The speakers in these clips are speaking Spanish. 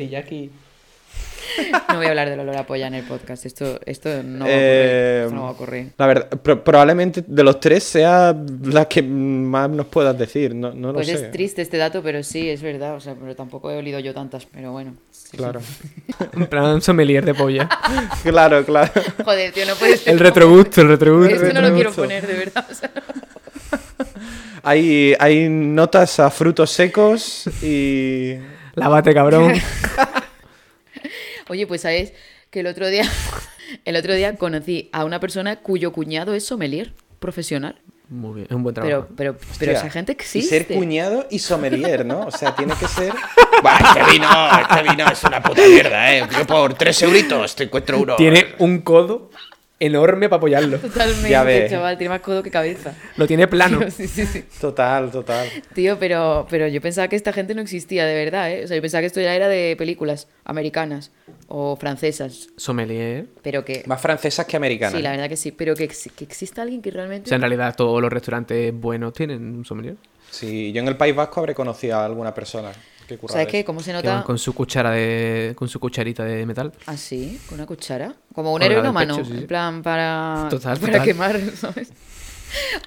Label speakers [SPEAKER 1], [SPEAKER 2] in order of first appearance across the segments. [SPEAKER 1] y Jackie.
[SPEAKER 2] No voy a hablar del olor a polla en el podcast. Esto, esto, no, va a
[SPEAKER 3] Eh,
[SPEAKER 2] ocurrir. Esto no va a ocurrir.
[SPEAKER 3] La verdad, pro- probablemente de los tres sea la que más nos puedas decir, no, no lo
[SPEAKER 2] Pues
[SPEAKER 3] sé. ¿eh?
[SPEAKER 2] es triste este dato, pero sí, es verdad. O sea, pero tampoco he olido yo tantas, pero bueno. sí, sí.
[SPEAKER 3] Claro,
[SPEAKER 1] En plan, sommelier de polla.
[SPEAKER 3] claro, claro.
[SPEAKER 2] Joder, tío, no puedes
[SPEAKER 1] El retrogusto, el retrogusto.
[SPEAKER 2] Esto no lo quiero
[SPEAKER 3] retrogusto.
[SPEAKER 2] poner, de verdad. o sea,
[SPEAKER 3] Hay, hay notas a frutos secos y...
[SPEAKER 1] Lávate, cabrón.
[SPEAKER 2] Oye, pues sabes que el otro día, el otro día conocí a una persona cuyo cuñado es sommelier profesional.
[SPEAKER 1] Muy bien, es un buen trabajo.
[SPEAKER 2] Pero, pero, pero esa
[SPEAKER 3] Hostia,
[SPEAKER 2] gente
[SPEAKER 3] Y ser
[SPEAKER 2] existe.
[SPEAKER 3] cuñado y sommelier, ¿no? O sea, tiene que ser...
[SPEAKER 4] Buah, este vino, este vino es una puta mierda, eh. Yo por 3 euritos te encuentro uno.
[SPEAKER 1] Tiene un codo enorme para apoyarlo.
[SPEAKER 2] Totalmente,
[SPEAKER 3] Ya ves.
[SPEAKER 2] chaval, tiene más codo que cabeza.
[SPEAKER 1] Lo tiene plano.
[SPEAKER 2] Tío, sí, sí, sí.
[SPEAKER 3] Total, total.
[SPEAKER 2] Tío, pero, pero yo pensaba que esta gente no existía de verdad, ¿eh? O sea, yo pensaba que esto ya era de películas americanas o francesas,
[SPEAKER 1] Sommelier.
[SPEAKER 2] pero que...
[SPEAKER 3] Más francesas que americanas.
[SPEAKER 2] Sí, la verdad que sí, pero que, ex- que exista alguien que realmente...
[SPEAKER 1] O sea, en realidad todos los restaurantes buenos tienen un sommelier.
[SPEAKER 3] Sí, yo en el País Vasco habré conocido a alguna persona que curra
[SPEAKER 2] ¿Sabes
[SPEAKER 3] de
[SPEAKER 2] qué?
[SPEAKER 3] eso.
[SPEAKER 2] ¿Cómo se
[SPEAKER 1] Que van
[SPEAKER 2] nota?
[SPEAKER 1] con su cuchara de. con su cucharita de metal.
[SPEAKER 2] Así, con una cuchara. Como un
[SPEAKER 1] Colgada
[SPEAKER 2] héroe en
[SPEAKER 1] del
[SPEAKER 2] mano,
[SPEAKER 1] pecho, sí, sí.
[SPEAKER 2] en plan para,
[SPEAKER 1] Total,
[SPEAKER 2] para
[SPEAKER 1] total.
[SPEAKER 2] quemar, ¿sabes?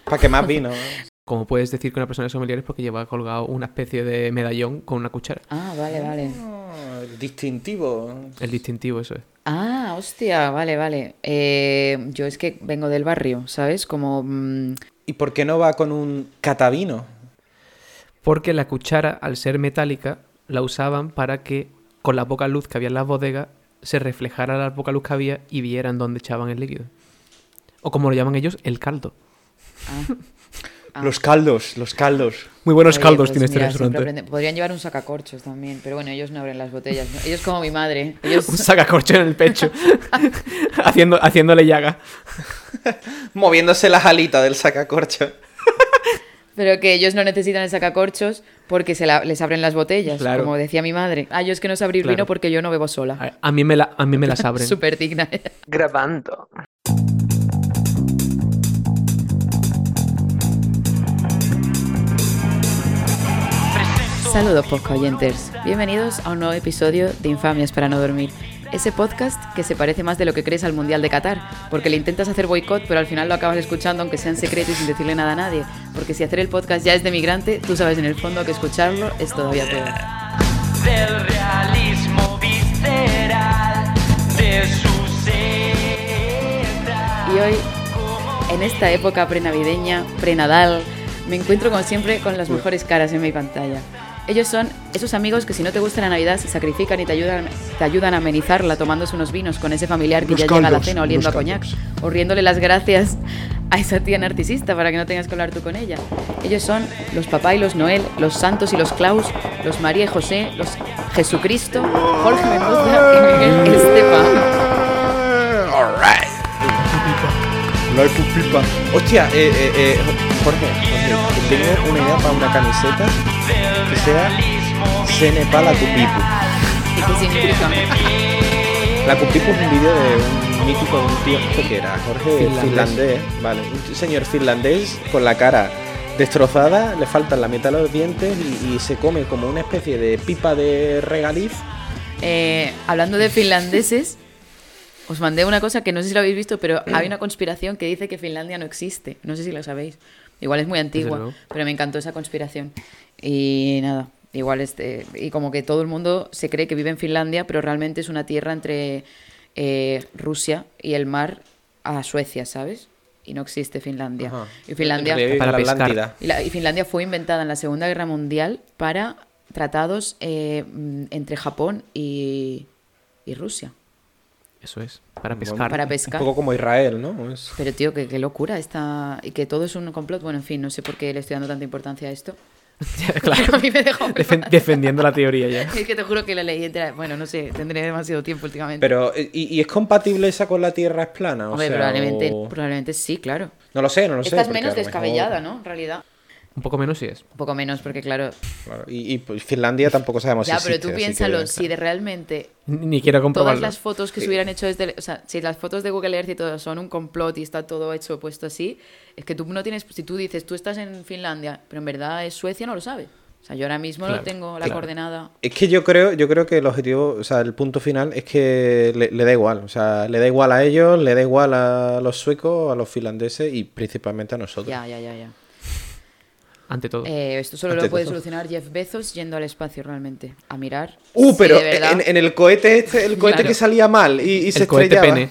[SPEAKER 3] Para que más vino. ¿no?
[SPEAKER 1] Como puedes decir que una persona es sommelier es porque lleva colgado una especie de medallón con una cuchara.
[SPEAKER 2] Ah, vale, vale.
[SPEAKER 3] Ah, el distintivo.
[SPEAKER 1] El distintivo, eso eh. es.
[SPEAKER 2] Ah, hostia, vale, vale. Eh, yo es que vengo del barrio, ¿sabes? Como... mm,
[SPEAKER 3] ¿Y por qué no va con un catavino?
[SPEAKER 1] Porque la cuchara, al ser metálica, la usaban para que con la poca luz que había en las bodegas se reflejara la poca luz que había y vieran dónde echaban el líquido. O como lo llaman ellos, el caldo.
[SPEAKER 2] ah. Ah.
[SPEAKER 3] Los caldos, los caldos.
[SPEAKER 1] Muy buenos
[SPEAKER 2] Oye,
[SPEAKER 1] caldos
[SPEAKER 2] pues
[SPEAKER 1] tiene este
[SPEAKER 2] mira, siempre
[SPEAKER 1] restaurante.
[SPEAKER 2] aprende- Podrían llevar un sacacorchos también, pero bueno, ellos no abren las botellas. ¿no? Ellos como mi madre. Ellos...
[SPEAKER 1] Un sacacorcho en el pecho, haciendo, haciéndole llaga.
[SPEAKER 3] Moviéndose las alitas del sacacorcho.
[SPEAKER 2] Pero que ellos no necesitan el sacacorchos porque se la- les abren las botellas,
[SPEAKER 1] Claro.
[SPEAKER 2] como decía mi madre. Ah, yo es que no sé abrir
[SPEAKER 1] Claro.
[SPEAKER 2] vino porque yo no bebo sola.
[SPEAKER 1] A, a mí, me la, a mí me las abren.
[SPEAKER 2] Súper digna.
[SPEAKER 1] Grabando.
[SPEAKER 2] Saludos, podcast oyentes. Bienvenidos a un nuevo episodio de Infamias para no dormir. Ese podcast que se parece más de lo que crees al Mundial de Qatar, porque le intentas hacer boicot, pero al final lo acabas escuchando aunque sea en secreto y sin decirle nada a nadie. Porque si hacer el podcast ya es de migrante, tú sabes en el fondo que escucharlo es todavía peor.
[SPEAKER 5] del realismo visceral de su seda.
[SPEAKER 2] Y hoy, en esta época prenavideña, prenadal, me encuentro como siempre con las mejores caras en mi pantalla. Ellos son esos amigos que si no te gusta la Navidad se sacrifican y te ayudan, te ayudan a amenizarla tomándose unos vinos con ese familiar que ya llega a la cena oliendo a coñac o riéndole las gracias a esa tía narcisista para que no tengas que hablar tú con ella. Ellos son los papá y los Noel, los santos y los Klaus, los María y José, los Jesucristo, Jorge Mendoza y Miguel Estepa.
[SPEAKER 3] La de tu pipa. Hostia, eh, eh, eh, Jorge, Jorge, tengo una idea para una camiseta que sea Senepal a tu pipu.
[SPEAKER 2] ¿Y qué significa?
[SPEAKER 3] La Cupipu es un vídeo de un mítico de un tío esto que era Jorge
[SPEAKER 1] Finlandés.
[SPEAKER 3] finlandés. vale, un señor finlandés con la cara destrozada, le faltan la mitad de los dientes y, y se come como una especie de pipa de regaliz.
[SPEAKER 2] Eh, hablando de finlandeses, os mandé una cosa que no sé si lo habéis visto, pero hay una conspiración que dice que Finlandia no existe. No sé si lo sabéis. Igual es muy antigua,
[SPEAKER 1] luego.
[SPEAKER 2] pero me encantó esa conspiración. Y nada, igual este. Y como que todo el mundo se cree que vive en Finlandia, pero realmente es una tierra entre eh, Rusia y el mar a Suecia, ¿sabes? Y no existe Finlandia.
[SPEAKER 3] Ajá.
[SPEAKER 2] Y Finlandia.
[SPEAKER 3] Vive en
[SPEAKER 1] Para
[SPEAKER 3] la
[SPEAKER 1] pescar.
[SPEAKER 3] Atlántida.
[SPEAKER 2] Y, la- y Finlandia fue inventada en la Segunda Guerra Mundial para tratados eh, mm, entre Japón y, y Rusia.
[SPEAKER 1] Eso es, para
[SPEAKER 3] Bueno,
[SPEAKER 1] pescar.
[SPEAKER 2] Para
[SPEAKER 3] Un
[SPEAKER 2] pescar.
[SPEAKER 3] poco como Israel, ¿no? Es-
[SPEAKER 2] Pero tío, qué, qué locura esta... Y que todo es un complot. Bueno, en fin, no sé por qué le estoy dando tanta importancia a esto.
[SPEAKER 1] Claro.
[SPEAKER 2] A mí me dejó... muy
[SPEAKER 1] Defen-
[SPEAKER 2] mal.
[SPEAKER 1] defendiendo la teoría ya.
[SPEAKER 2] Es que te juro que la leí entera. Bueno, no sé, tendré demasiado tiempo últimamente.
[SPEAKER 3] Pero, eh, ¿y, y es compatible esa con la Tierra es plana? O
[SPEAKER 2] Hombre,
[SPEAKER 3] sea,
[SPEAKER 2] probablemente,
[SPEAKER 3] o-
[SPEAKER 2] probablemente sí, claro.
[SPEAKER 3] No lo sé, no lo sé.
[SPEAKER 2] Esta es
[SPEAKER 3] porque
[SPEAKER 2] menos
[SPEAKER 3] a lo mejor-
[SPEAKER 2] descabellada, ¿no? En realidad.
[SPEAKER 1] Un poco menos si es.
[SPEAKER 2] Un poco menos, porque claro...
[SPEAKER 3] Claro, Y, y, pues, Finlandia tampoco sabemos
[SPEAKER 2] ya,
[SPEAKER 3] si
[SPEAKER 2] pero
[SPEAKER 3] existe,
[SPEAKER 2] tú
[SPEAKER 3] así que-
[SPEAKER 2] piénsalo, si de realmente
[SPEAKER 1] Ni ni quiero
[SPEAKER 2] todas
[SPEAKER 1] comprobarlo.
[SPEAKER 2] las fotos que se hubieran hecho desde... O sea, si las fotos de Google Earth y todo son un complot y está todo hecho puesto así, es que tú no tienes... Si tú dices, tú estás en Finlandia, pero en verdad es Suecia, no lo sabes. O sea, yo ahora mismo no
[SPEAKER 1] Claro,
[SPEAKER 2] tengo la
[SPEAKER 1] claro.
[SPEAKER 2] coordenada.
[SPEAKER 3] Es que yo creo, yo creo que el objetivo, o sea, el punto final es que le, le da igual. O sea, le da igual a ellos, le da igual a los suecos, a los finlandeses y principalmente a nosotros.
[SPEAKER 2] Ya, ya, ya, ya.
[SPEAKER 1] Ante todo.
[SPEAKER 2] Eh, esto solo
[SPEAKER 3] Ante
[SPEAKER 2] lo puede
[SPEAKER 3] todo.
[SPEAKER 2] solucionar Jeff Bezos yendo al espacio realmente, a mirar.
[SPEAKER 3] Uh,
[SPEAKER 2] si
[SPEAKER 3] pero
[SPEAKER 2] de verdad-
[SPEAKER 3] en, en el cohete este, el cohete
[SPEAKER 2] Claro.
[SPEAKER 3] que salía mal y, y se
[SPEAKER 1] el cohete
[SPEAKER 3] estrellaba.
[SPEAKER 1] pene.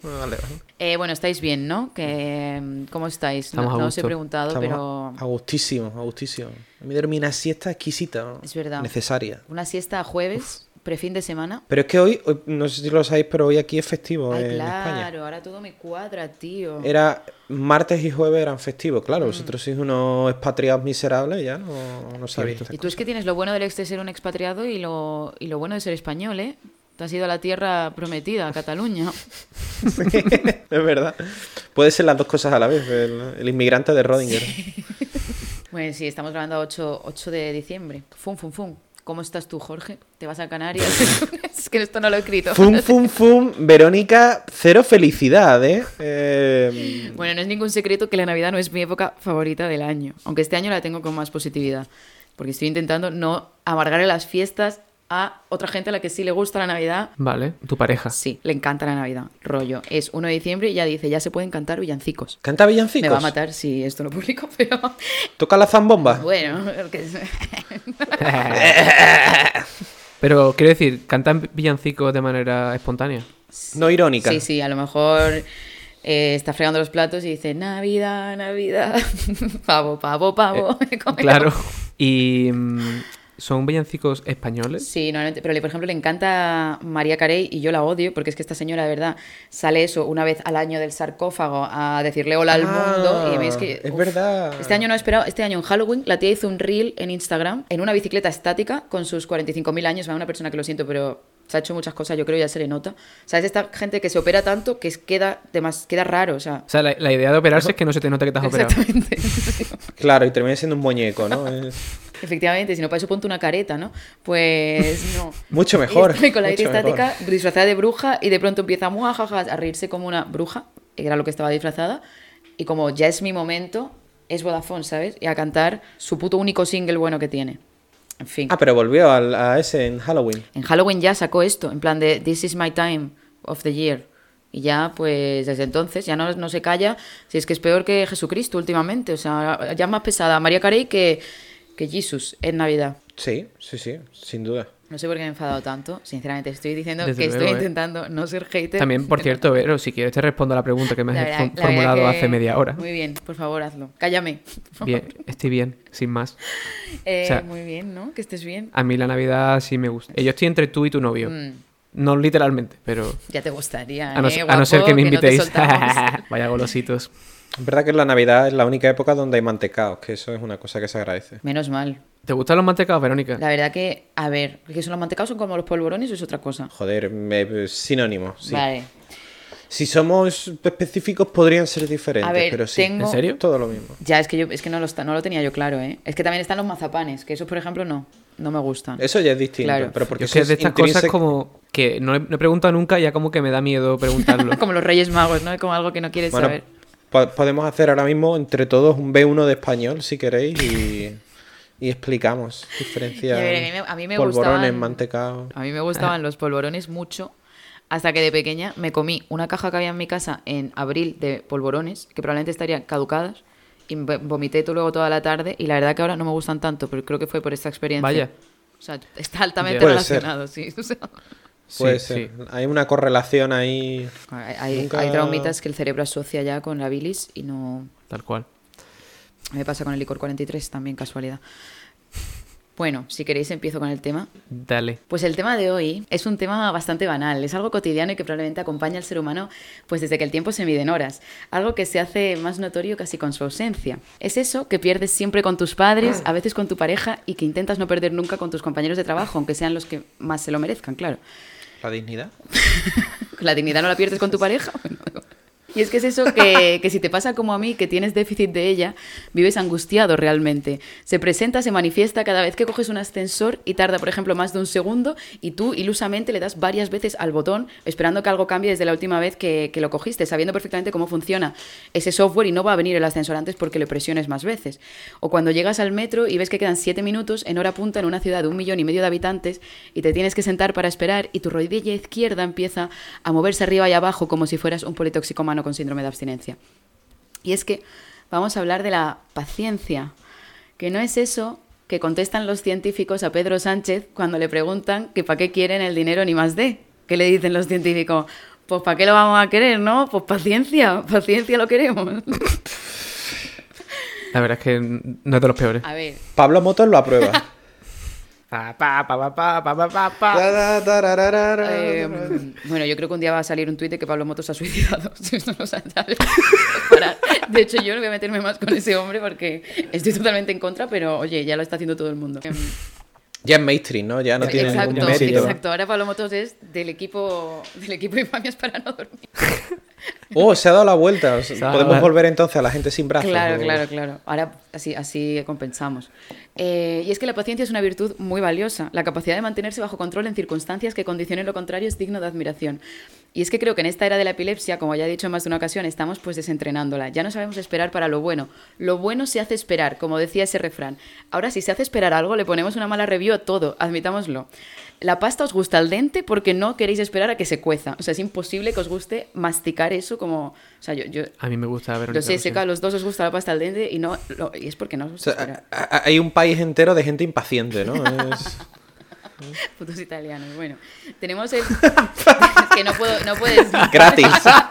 [SPEAKER 3] Bueno, vale, vale.
[SPEAKER 2] Eh, bueno, estáis bien, ¿no? Que, mm, ¿Cómo estáis? No,
[SPEAKER 1] Estamos a
[SPEAKER 2] no os he
[SPEAKER 1] gusto.
[SPEAKER 2] preguntado,
[SPEAKER 3] Estamos
[SPEAKER 2] pero
[SPEAKER 3] a gustísimo, a gustísimo. A mí dormí una siesta exquisita. ¿no?
[SPEAKER 2] Es verdad.
[SPEAKER 3] Necesaria.
[SPEAKER 2] una siesta a jueves, prefin de semana.
[SPEAKER 3] Pero es que hoy, hoy- no sé si lo sabéis, pero hoy aquí es festivo
[SPEAKER 2] Ay,
[SPEAKER 3] Pues en
[SPEAKER 2] claro,
[SPEAKER 3] España.
[SPEAKER 2] ahora todo me cuadra, tío.
[SPEAKER 3] Era martes y jueves eran festivos, claro.
[SPEAKER 2] Mm.
[SPEAKER 3] Vosotros sois unos expatriados miserables, ya no, no sabéis.
[SPEAKER 2] Y tú es que tienes lo bueno del ex de ser un expatriado y lo, y lo bueno de ser español, ¿eh? Te has ido a la tierra prometida, a Cataluña.
[SPEAKER 3] es verdad. Puede ser las dos cosas a la vez. El, el inmigrante de Rodinger.
[SPEAKER 2] Bueno, sí, estamos grabando a 8, 8 de diciembre. Fum, fum, fum. ¿Cómo estás tú, Jorge? ¿Te vas a Canarias? es que esto no lo he escrito.
[SPEAKER 3] Fum, fum, fum. Verónica, cero felicidad, ¿eh? Eh,
[SPEAKER 2] Bueno, no es ningún secreto que la Navidad no es mi época favorita del año, aunque este año la tengo con más positividad, porque estoy intentando no amargarle las fiestas a otra gente a la que sí le gusta la Navidad.
[SPEAKER 1] Vale, tu pareja.
[SPEAKER 2] Sí, le encanta la Navidad, rollo. Es 1 de diciembre y ya dice, ya se pueden cantar villancicos.
[SPEAKER 3] ¿Canta
[SPEAKER 2] Me
[SPEAKER 3] villancicos?
[SPEAKER 2] va a matar si esto lo publico, pero
[SPEAKER 3] ¿Toca la zambomba?
[SPEAKER 2] bueno, el que es-
[SPEAKER 1] Pero quiero decir, cantan villancicos de manera espontánea.
[SPEAKER 3] No irónica.
[SPEAKER 2] Pues sí, sí, a lo mejor eh, está fregando los platos y dice, Navidad, Navidad, pavo, pavo, pavo. Come
[SPEAKER 1] Claro. Y mm, son villancicos españoles.
[SPEAKER 2] Sí, normalmente, pero le- por ejemplo le encanta María Carey y yo la odio porque es que esta señora de verdad sale eso una vez al año del sarcófago a decirle hola al
[SPEAKER 3] Ah,
[SPEAKER 2] mundo y a mí es que
[SPEAKER 3] es verdad.
[SPEAKER 2] Este año no he esperado, este año en Halloween la tía hizo un reel en Instagram en una bicicleta estática con sus 45.000 años, va una persona que lo siento, pero se ha hecho muchas cosas, yo creo ya se le nota. O sea, es esta gente que se opera tanto que es- queda demas- queda raro, o sea,
[SPEAKER 1] O sea, la, la idea de operarse es que no se te note que estás operado.
[SPEAKER 2] exactamente.
[SPEAKER 3] Claro, y termina siendo un muñeco, ¿no? Es
[SPEAKER 2] Efectivamente, si no para eso ponte una careta, ¿no? Pues no.
[SPEAKER 3] Mucho
[SPEAKER 2] Y
[SPEAKER 3] mejor,
[SPEAKER 2] está con la
[SPEAKER 3] mucho
[SPEAKER 2] aire estática,
[SPEAKER 3] mejor.
[SPEAKER 2] disfrazada de bruja, y de pronto empieza muajaja, a reírse como una bruja, que era lo que estaba disfrazada. Y como ya es mi momento, es Vodafone, ¿sabes? Y a cantar su puto único single bueno que tiene. En fin.
[SPEAKER 3] Ah, pero volvió al- a ese en Halloween.
[SPEAKER 2] En Halloween ya sacó esto, en plan de This is my time of the year. Y ya, pues desde entonces, ya no, no se calla. Si es que es peor que Jesucristo últimamente. O sea, ya es más pesada María Carey que, que Jesus en Navidad.
[SPEAKER 3] Sí, sí, sí, sin duda.
[SPEAKER 2] No sé por qué me he enfadado tanto. Sinceramente, estoy diciendo
[SPEAKER 1] Desde
[SPEAKER 2] que
[SPEAKER 1] luego,
[SPEAKER 2] estoy
[SPEAKER 1] ¿eh?
[SPEAKER 2] intentando no ser hater.
[SPEAKER 1] También, por cierto, Vero, si quieres te respondo a la pregunta que me
[SPEAKER 2] La
[SPEAKER 1] has
[SPEAKER 2] verdad- la
[SPEAKER 1] form-
[SPEAKER 2] verdad
[SPEAKER 1] formulado
[SPEAKER 2] que-
[SPEAKER 1] hace media hora.
[SPEAKER 2] Muy bien, por favor, hazlo. Cállame.
[SPEAKER 1] Bien, estoy bien, sin más.
[SPEAKER 2] Eh,
[SPEAKER 1] O sea-
[SPEAKER 2] muy bien, ¿no? Que estés bien.
[SPEAKER 1] A mí la Navidad sí me gusta. Eh, Yo estoy entre tú y tu novio.
[SPEAKER 2] Mm.
[SPEAKER 1] No literalmente, pero
[SPEAKER 2] Ya te gustaría.
[SPEAKER 1] a no,
[SPEAKER 2] ¿eh,
[SPEAKER 1] ser- a no
[SPEAKER 2] guapo,
[SPEAKER 1] ser que me
[SPEAKER 2] no te
[SPEAKER 1] invitéis.
[SPEAKER 2] soltamos.
[SPEAKER 1] Vaya golositos.
[SPEAKER 3] Es verdad que la Navidad es la única época donde hay mantecaos, que eso es una cosa que se agradece.
[SPEAKER 2] Menos mal.
[SPEAKER 1] ¿Te gustan los mantecados, Verónica?
[SPEAKER 2] La verdad que, a ver, ¿qué son los mantecados? ¿Son como los polvorones o es otra cosa?
[SPEAKER 3] Joder, me- sinónimo. sí.
[SPEAKER 2] Vale.
[SPEAKER 3] Si somos específicos podrían ser diferentes,
[SPEAKER 2] A ver,
[SPEAKER 3] pero sí.
[SPEAKER 2] tengo-
[SPEAKER 1] ¿En serio?
[SPEAKER 3] Todo lo mismo.
[SPEAKER 2] Ya, es que yo es que no lo, está- no lo tenía yo claro, ¿eh? Es que también están los mazapanes, que esos, por ejemplo, no. No me gustan.
[SPEAKER 3] Eso ya es distinto,
[SPEAKER 2] Claro.
[SPEAKER 3] pero porque
[SPEAKER 1] Yo sé
[SPEAKER 3] eso
[SPEAKER 1] de estas
[SPEAKER 3] intrínseco-
[SPEAKER 1] cosas como que no he, no he preguntado nunca y ya como que me da miedo preguntarlo.
[SPEAKER 2] como los Reyes Magos, ¿no? Como algo que no quieres
[SPEAKER 3] Bueno,
[SPEAKER 2] saber.
[SPEAKER 3] po- podemos hacer ahora mismo entre todos un B1 de español, si queréis, y, y explicamos diferencias.
[SPEAKER 2] Y a ver, a mí me- a mí me
[SPEAKER 3] polvorones,
[SPEAKER 2] gustaban-
[SPEAKER 3] mantecaos.
[SPEAKER 2] A mí me gustaban los polvorones mucho, hasta que de pequeña me comí una caja que había en mi casa en abril de polvorones, que probablemente estarían caducadas, y vo- vomité todo luego toda la tarde, y la verdad que ahora no me gustan tanto, pero creo que fue por esta experiencia.
[SPEAKER 1] Vaya.
[SPEAKER 2] O sea, está altamente
[SPEAKER 3] Puede ser.
[SPEAKER 2] relacionado, sí. o sea,
[SPEAKER 1] Sí,
[SPEAKER 3] Puede
[SPEAKER 1] sí.
[SPEAKER 3] ser. Hay una correlación ahí.
[SPEAKER 2] hay- hay,
[SPEAKER 3] Nunca-
[SPEAKER 2] hay traumitas que el cerebro asocia ya con la bilis y no...
[SPEAKER 1] tal cual.
[SPEAKER 2] Me pasa con el licor 43 también, casualidad. Bueno, si queréis empiezo con el tema.
[SPEAKER 1] Dale.
[SPEAKER 2] Pues el tema de hoy es un tema bastante banal, es algo cotidiano y que probablemente acompaña al ser humano pues desde que el tiempo se mide en horas, algo que se hace más notorio casi con su ausencia. Es eso que pierdes siempre con tus padres, a veces con tu pareja y que intentas no perder nunca con tus compañeros de trabajo, aunque sean los que más se lo merezcan, claro.
[SPEAKER 3] La dignidad.
[SPEAKER 2] La dignidad no la pierdes con tu pareja. Bueno, Y es que es eso que, que si te pasa como a mí, que tienes déficit de ella, vives angustiado realmente. Se presenta, se manifiesta cada vez que coges un ascensor y tarda, por ejemplo, más de un segundo y tú ilusamente le das varias veces al botón esperando que algo cambie desde la última vez que, que lo cogiste, sabiendo perfectamente cómo funciona ese software y no va a venir el ascensor antes porque le presiones más veces. O cuando llegas al metro y ves que quedan siete minutos en hora punta en una ciudad de un millón y medio de habitantes y te tienes que sentar para esperar y tu rodilla izquierda empieza a moverse arriba y abajo como si fueras un politoxicomano con síndrome de abstinencia. Y es que vamos a hablar de la paciencia, que no es eso que contestan los científicos a Pedro Sánchez cuando le preguntan que para qué quieren el dinero ni más de. ¿Qué le dicen los científicos? Pues para qué lo vamos a querer, ¿no? Pues paciencia, paciencia lo queremos.
[SPEAKER 1] La verdad es que no es de los peores.
[SPEAKER 2] A ver,
[SPEAKER 3] Pablo Motos lo aprueba.
[SPEAKER 1] Pa, pa, pa, pa, pa, pa, pa, pa, pa.
[SPEAKER 3] Tararararara.
[SPEAKER 2] Eh, bueno, yo creo que un día va a salir un tuit de que Pablo Motos se ha suicidado. Si esto no sale, para. De hecho, yo no voy a meterme más con ese hombre porque estoy totalmente en contra, pero oye, ya lo está haciendo todo el mundo. Em,
[SPEAKER 3] Ya es mainstream, ¿no? Ya no tiene
[SPEAKER 2] exacto,
[SPEAKER 3] ningún mérito.
[SPEAKER 2] exacto. Ahora Pablo Motos es del equipo, del equipo Infamias para no dormir.
[SPEAKER 3] Oh, se ha dado la vuelta. O sea,
[SPEAKER 1] Se ha dado
[SPEAKER 3] Podemos
[SPEAKER 1] la-
[SPEAKER 3] volver entonces a la gente sin brazos.
[SPEAKER 2] Claro,
[SPEAKER 3] ¿no?
[SPEAKER 2] claro, claro. Ahora así, así compensamos. Eh, y es que la paciencia es una virtud muy valiosa. La capacidad de mantenerse bajo control en circunstancias que condicionen lo contrario es digno de admiración. Y es que creo que en esta era de la epilepsia, como ya he dicho en más de una ocasión, estamos pues desentrenándola. Ya no sabemos esperar para lo bueno. Lo bueno se hace esperar, como decía ese refrán. Ahora, si se hace esperar algo, le ponemos una mala review a todo, admitámoslo. La pasta os gusta al dente porque no queréis esperar a que se cueza. O sea, es imposible que os guste masticar eso como... O sea, yo- yo,
[SPEAKER 1] A mí me gusta ver
[SPEAKER 2] yo sé, sé que a los dos os gusta la pasta al dente y no lo- y es porque no
[SPEAKER 3] O
[SPEAKER 2] os
[SPEAKER 3] sea, eh. a- a- hay un país entero de gente impaciente, ¿no? Es-
[SPEAKER 2] putos italianos. Bueno, tenemos el es que no puedo no puedes
[SPEAKER 3] Gratis.